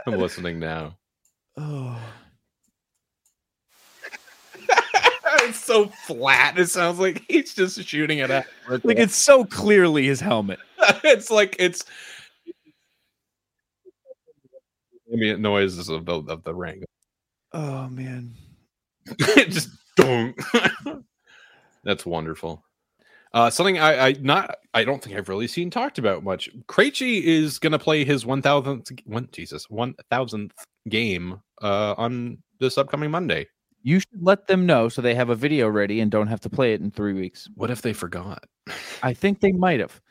I'm listening now. Oh, it's so flat. It sounds like he's just shooting it at. like it's so clearly his helmet. it's like it's ambient noises of the of the ring. Oh man. just dong. That's wonderful. Uh, something I, I not I don't think I've really seen talked about much. Krejci is gonna play his one thousandth one Jesus one thousandth game uh, on this upcoming Monday. You should let them know so they have a video ready and don't have to play it in three weeks. What if they forgot? I think they might have.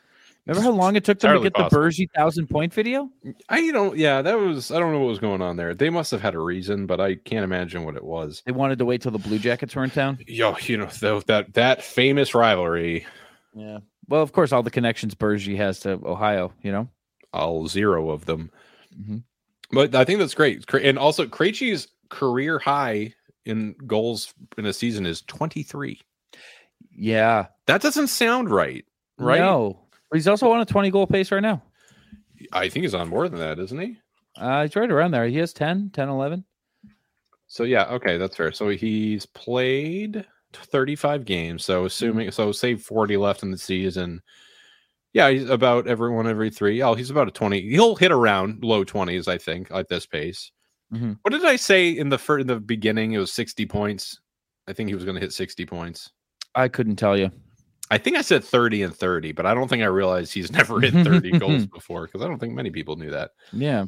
Remember how long it took them to Entirely get possible. the Bergy thousand point video? I you know yeah that was I don't know what was going on there. They must have had a reason, but I can't imagine what it was. They wanted to wait till the Blue Jackets were in town. Yo, you know though that that famous rivalry. Yeah. Well, of course, all the connections Bergy has to Ohio, you know. all zero of them. Mm-hmm. Mhm. But I think that's great. Cre- And also, Krejci's career high in goals in a season is 23. Yeah. That doesn't sound right, right? No. But he's also on a twenty goal pace right now. I think he's on more than that, isn't he? Uh, he's right around there. He has 10, 10, 11. So, yeah, okay, that's fair. So he's played 35 games. So, assuming, so say 40 left in the season. Yeah, he's about every one, every three. Oh, he's about a 20. He'll hit around low 20s, I think, at this pace. Mhm. What did I say in the fir- in the beginning? It was 60 points. I think he was going to hit 60 points. I couldn't tell you. I think I said 30 and 30, but I don't think I realized he's never hit 30 goals before because I don't think many people knew that. Yeah.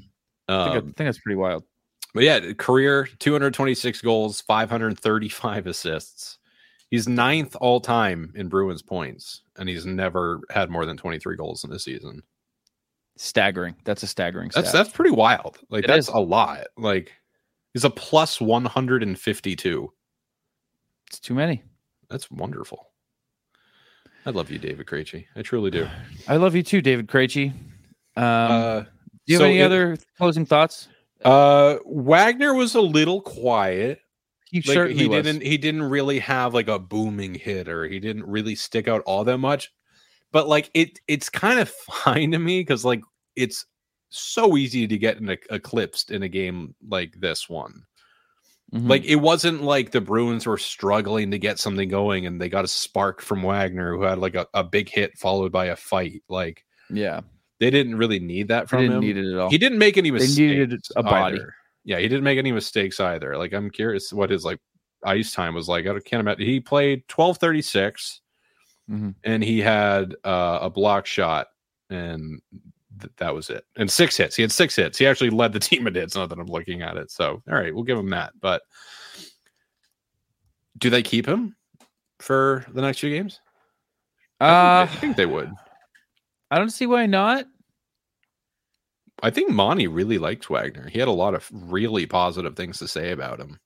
I think, I Um, think that's pretty wild. but yeah, career 226 goals, 535 assists. He's ninth all time in Bruins points, and he's never had more than 23 goals in this season. Staggering. That's a staggering That's stat. that's pretty wild. Like It that's is. a lot. Like he's a plus 152. It's too many. That's wonderful. I love you, David Krejci. I truly do. I love you too, David Krejci. Um, uh, do you have so any it- other closing thoughts? uh, Wagner was a little quiet. He Like certainly he was. didn't. He didn't really have like a booming hit, or he didn't really stick out all that much. But like it, it's kind of fine to me because like it's so easy to get in eclipsed in a game like this one. Mm-hmm. Hmm. Like it wasn't like the Bruins were struggling to get something going and they got a spark from Wagner who had like a, a big hit followed by a fight. Like yeah, they didn't really need that from didn't him. need it at all. He didn't make any mistakes. needed a body. either. Yeah, he didn't make any mistakes either. Like I'm curious what his like ice time was like. I don't- can't imagine. He played 1236 Mhm. and he had uh, a block shot and th- that was it. And six hits. He had six hits. He actually led the team in hits. Not that I'm looking at it. So all right, we'll give him that. But do they keep him for the next few games? I Uh, think they- I think they would. I don't see why not. I think Monty really liked Wagner. He had a lot of really positive things to say about him.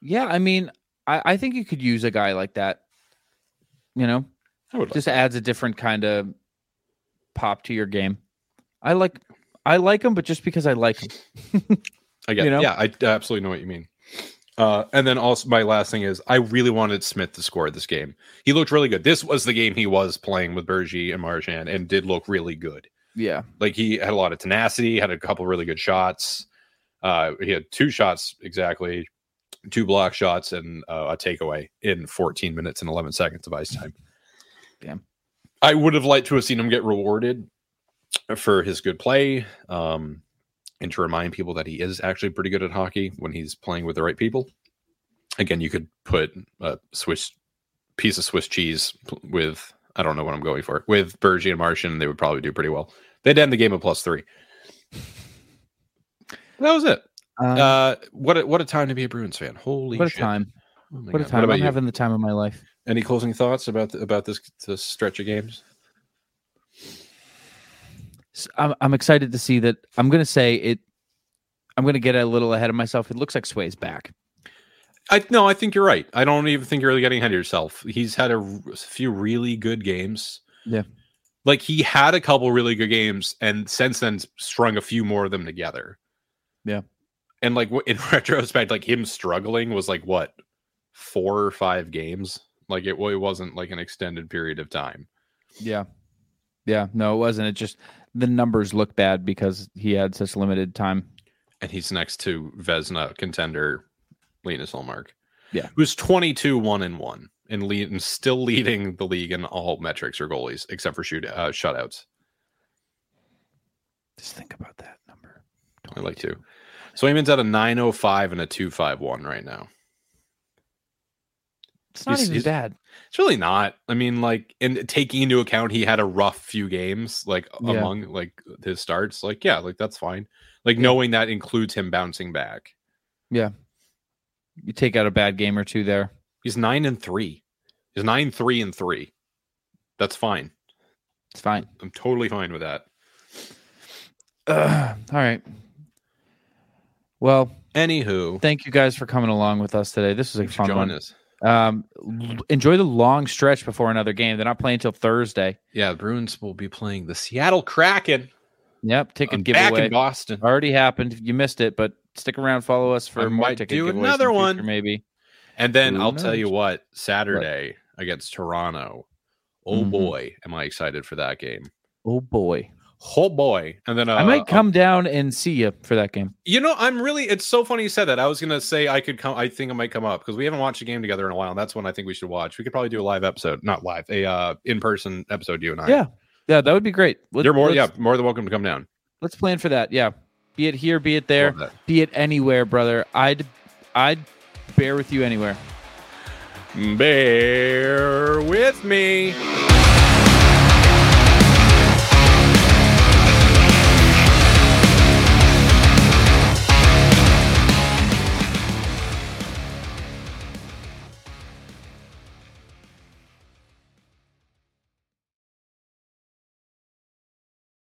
Yeah, I mean, I, I think you could use a guy like that. You know, I would like- just adds a different kind of pop to your game. I like, I like him, but just because I like him. I get you know? Yeah, I absolutely know what you mean. Uh, and then also my last thing is I really wanted Smith to score this game. He looked really good. This was the game he was playing with Bergie and Marchand and did look really good. Yeah, Like he had a lot of tenacity, had a couple really good shots. Uh, he had two shots exactly, two block shots and uh, a takeaway in 14 minutes and 11 seconds of ice time. Damn. I would have liked to have seen him get rewarded for his good play. Um, and to remind people that he is actually pretty good at hockey when he's playing with the right people. Again, you could put a Swiss piece of Swiss cheese pl- with I don't know what I'm going for with Bergie and Martian. They would probably do pretty well. They'd end the game at plus three. That was it. um, Uh, what a, what a time to be a Bruins fan! Holy what a shit. time! Oh my What a God. time! about I'm you? having the time of my life. Any closing thoughts about the, about this this stretch of games? S- I'm, I'm excited to see that. I'm gonna say it. I'm gonna get a little ahead of myself. It looks like Sway's back. I no, I think you're right. I don't even think you're really getting ahead of yourself. He's had a r- few really good games. Yeah. Like he had a couple really good games and since then strung a few more of them together. Yeah. And like wh- in retrospect, like him struggling was like what four or five games. Like it, wa- it wasn't like an extended period of time. Yeah, yeah. No, it wasn't. It just the numbers look bad because he had such limited time. And he's next to Vesna contender Linus Olmark. Yeah. Who's 22 1 and 1 and, lead, and still leading the league in all metrics or goalies except for shoot uh, shutouts. Just think about that number. I like to. So Eamon's at a 905 and a 251 right now. It's not He's- even he's- bad. It's really not. I mean, like, and taking into account he had a rough few games, like Yeah. among like his starts, like, yeah, like that's fine. Like knowing that includes him bouncing back. You take out a bad game or two there. He's nine and three. He's nine, three, and three. That's fine. It's fine. I'm totally fine with that. Ugh, all right. Well, Anywho, thank you guys for coming along with us today. This was a thanks for fun joining one. us. Um, l- enjoy the long stretch before another game. They're not playing till Thursday. Yeah, the Bruins will be playing the Seattle Kraken. Yep, ticket I'm back giveaway in Boston. already happened. If You missed it, but stick around. Follow us for I more might ticket do giveaways in another the one. future, maybe. And then Who I'll tell you knows? what, Saturday against Toronto. Oh Mhm. boy, am I excited for that game. Oh boy, Oh boy. And then uh, I might uh, come down and see you for that game. you know, I'm really it's so funny you said that. I was gonna say I could come I think I might come up because we haven't watched a game together in a while, and that's one I think we should watch. We could probably do a live episode, not live, a uh in-person episode, you and I. Yeah, yeah, that would be great. Let- You're more let's, yeah, more than welcome to come down. Let's plan for that. Yeah, be it here, be it there, Love that. be it anywhere, brother. I'd I'd bear with you anywhere. Bear with me.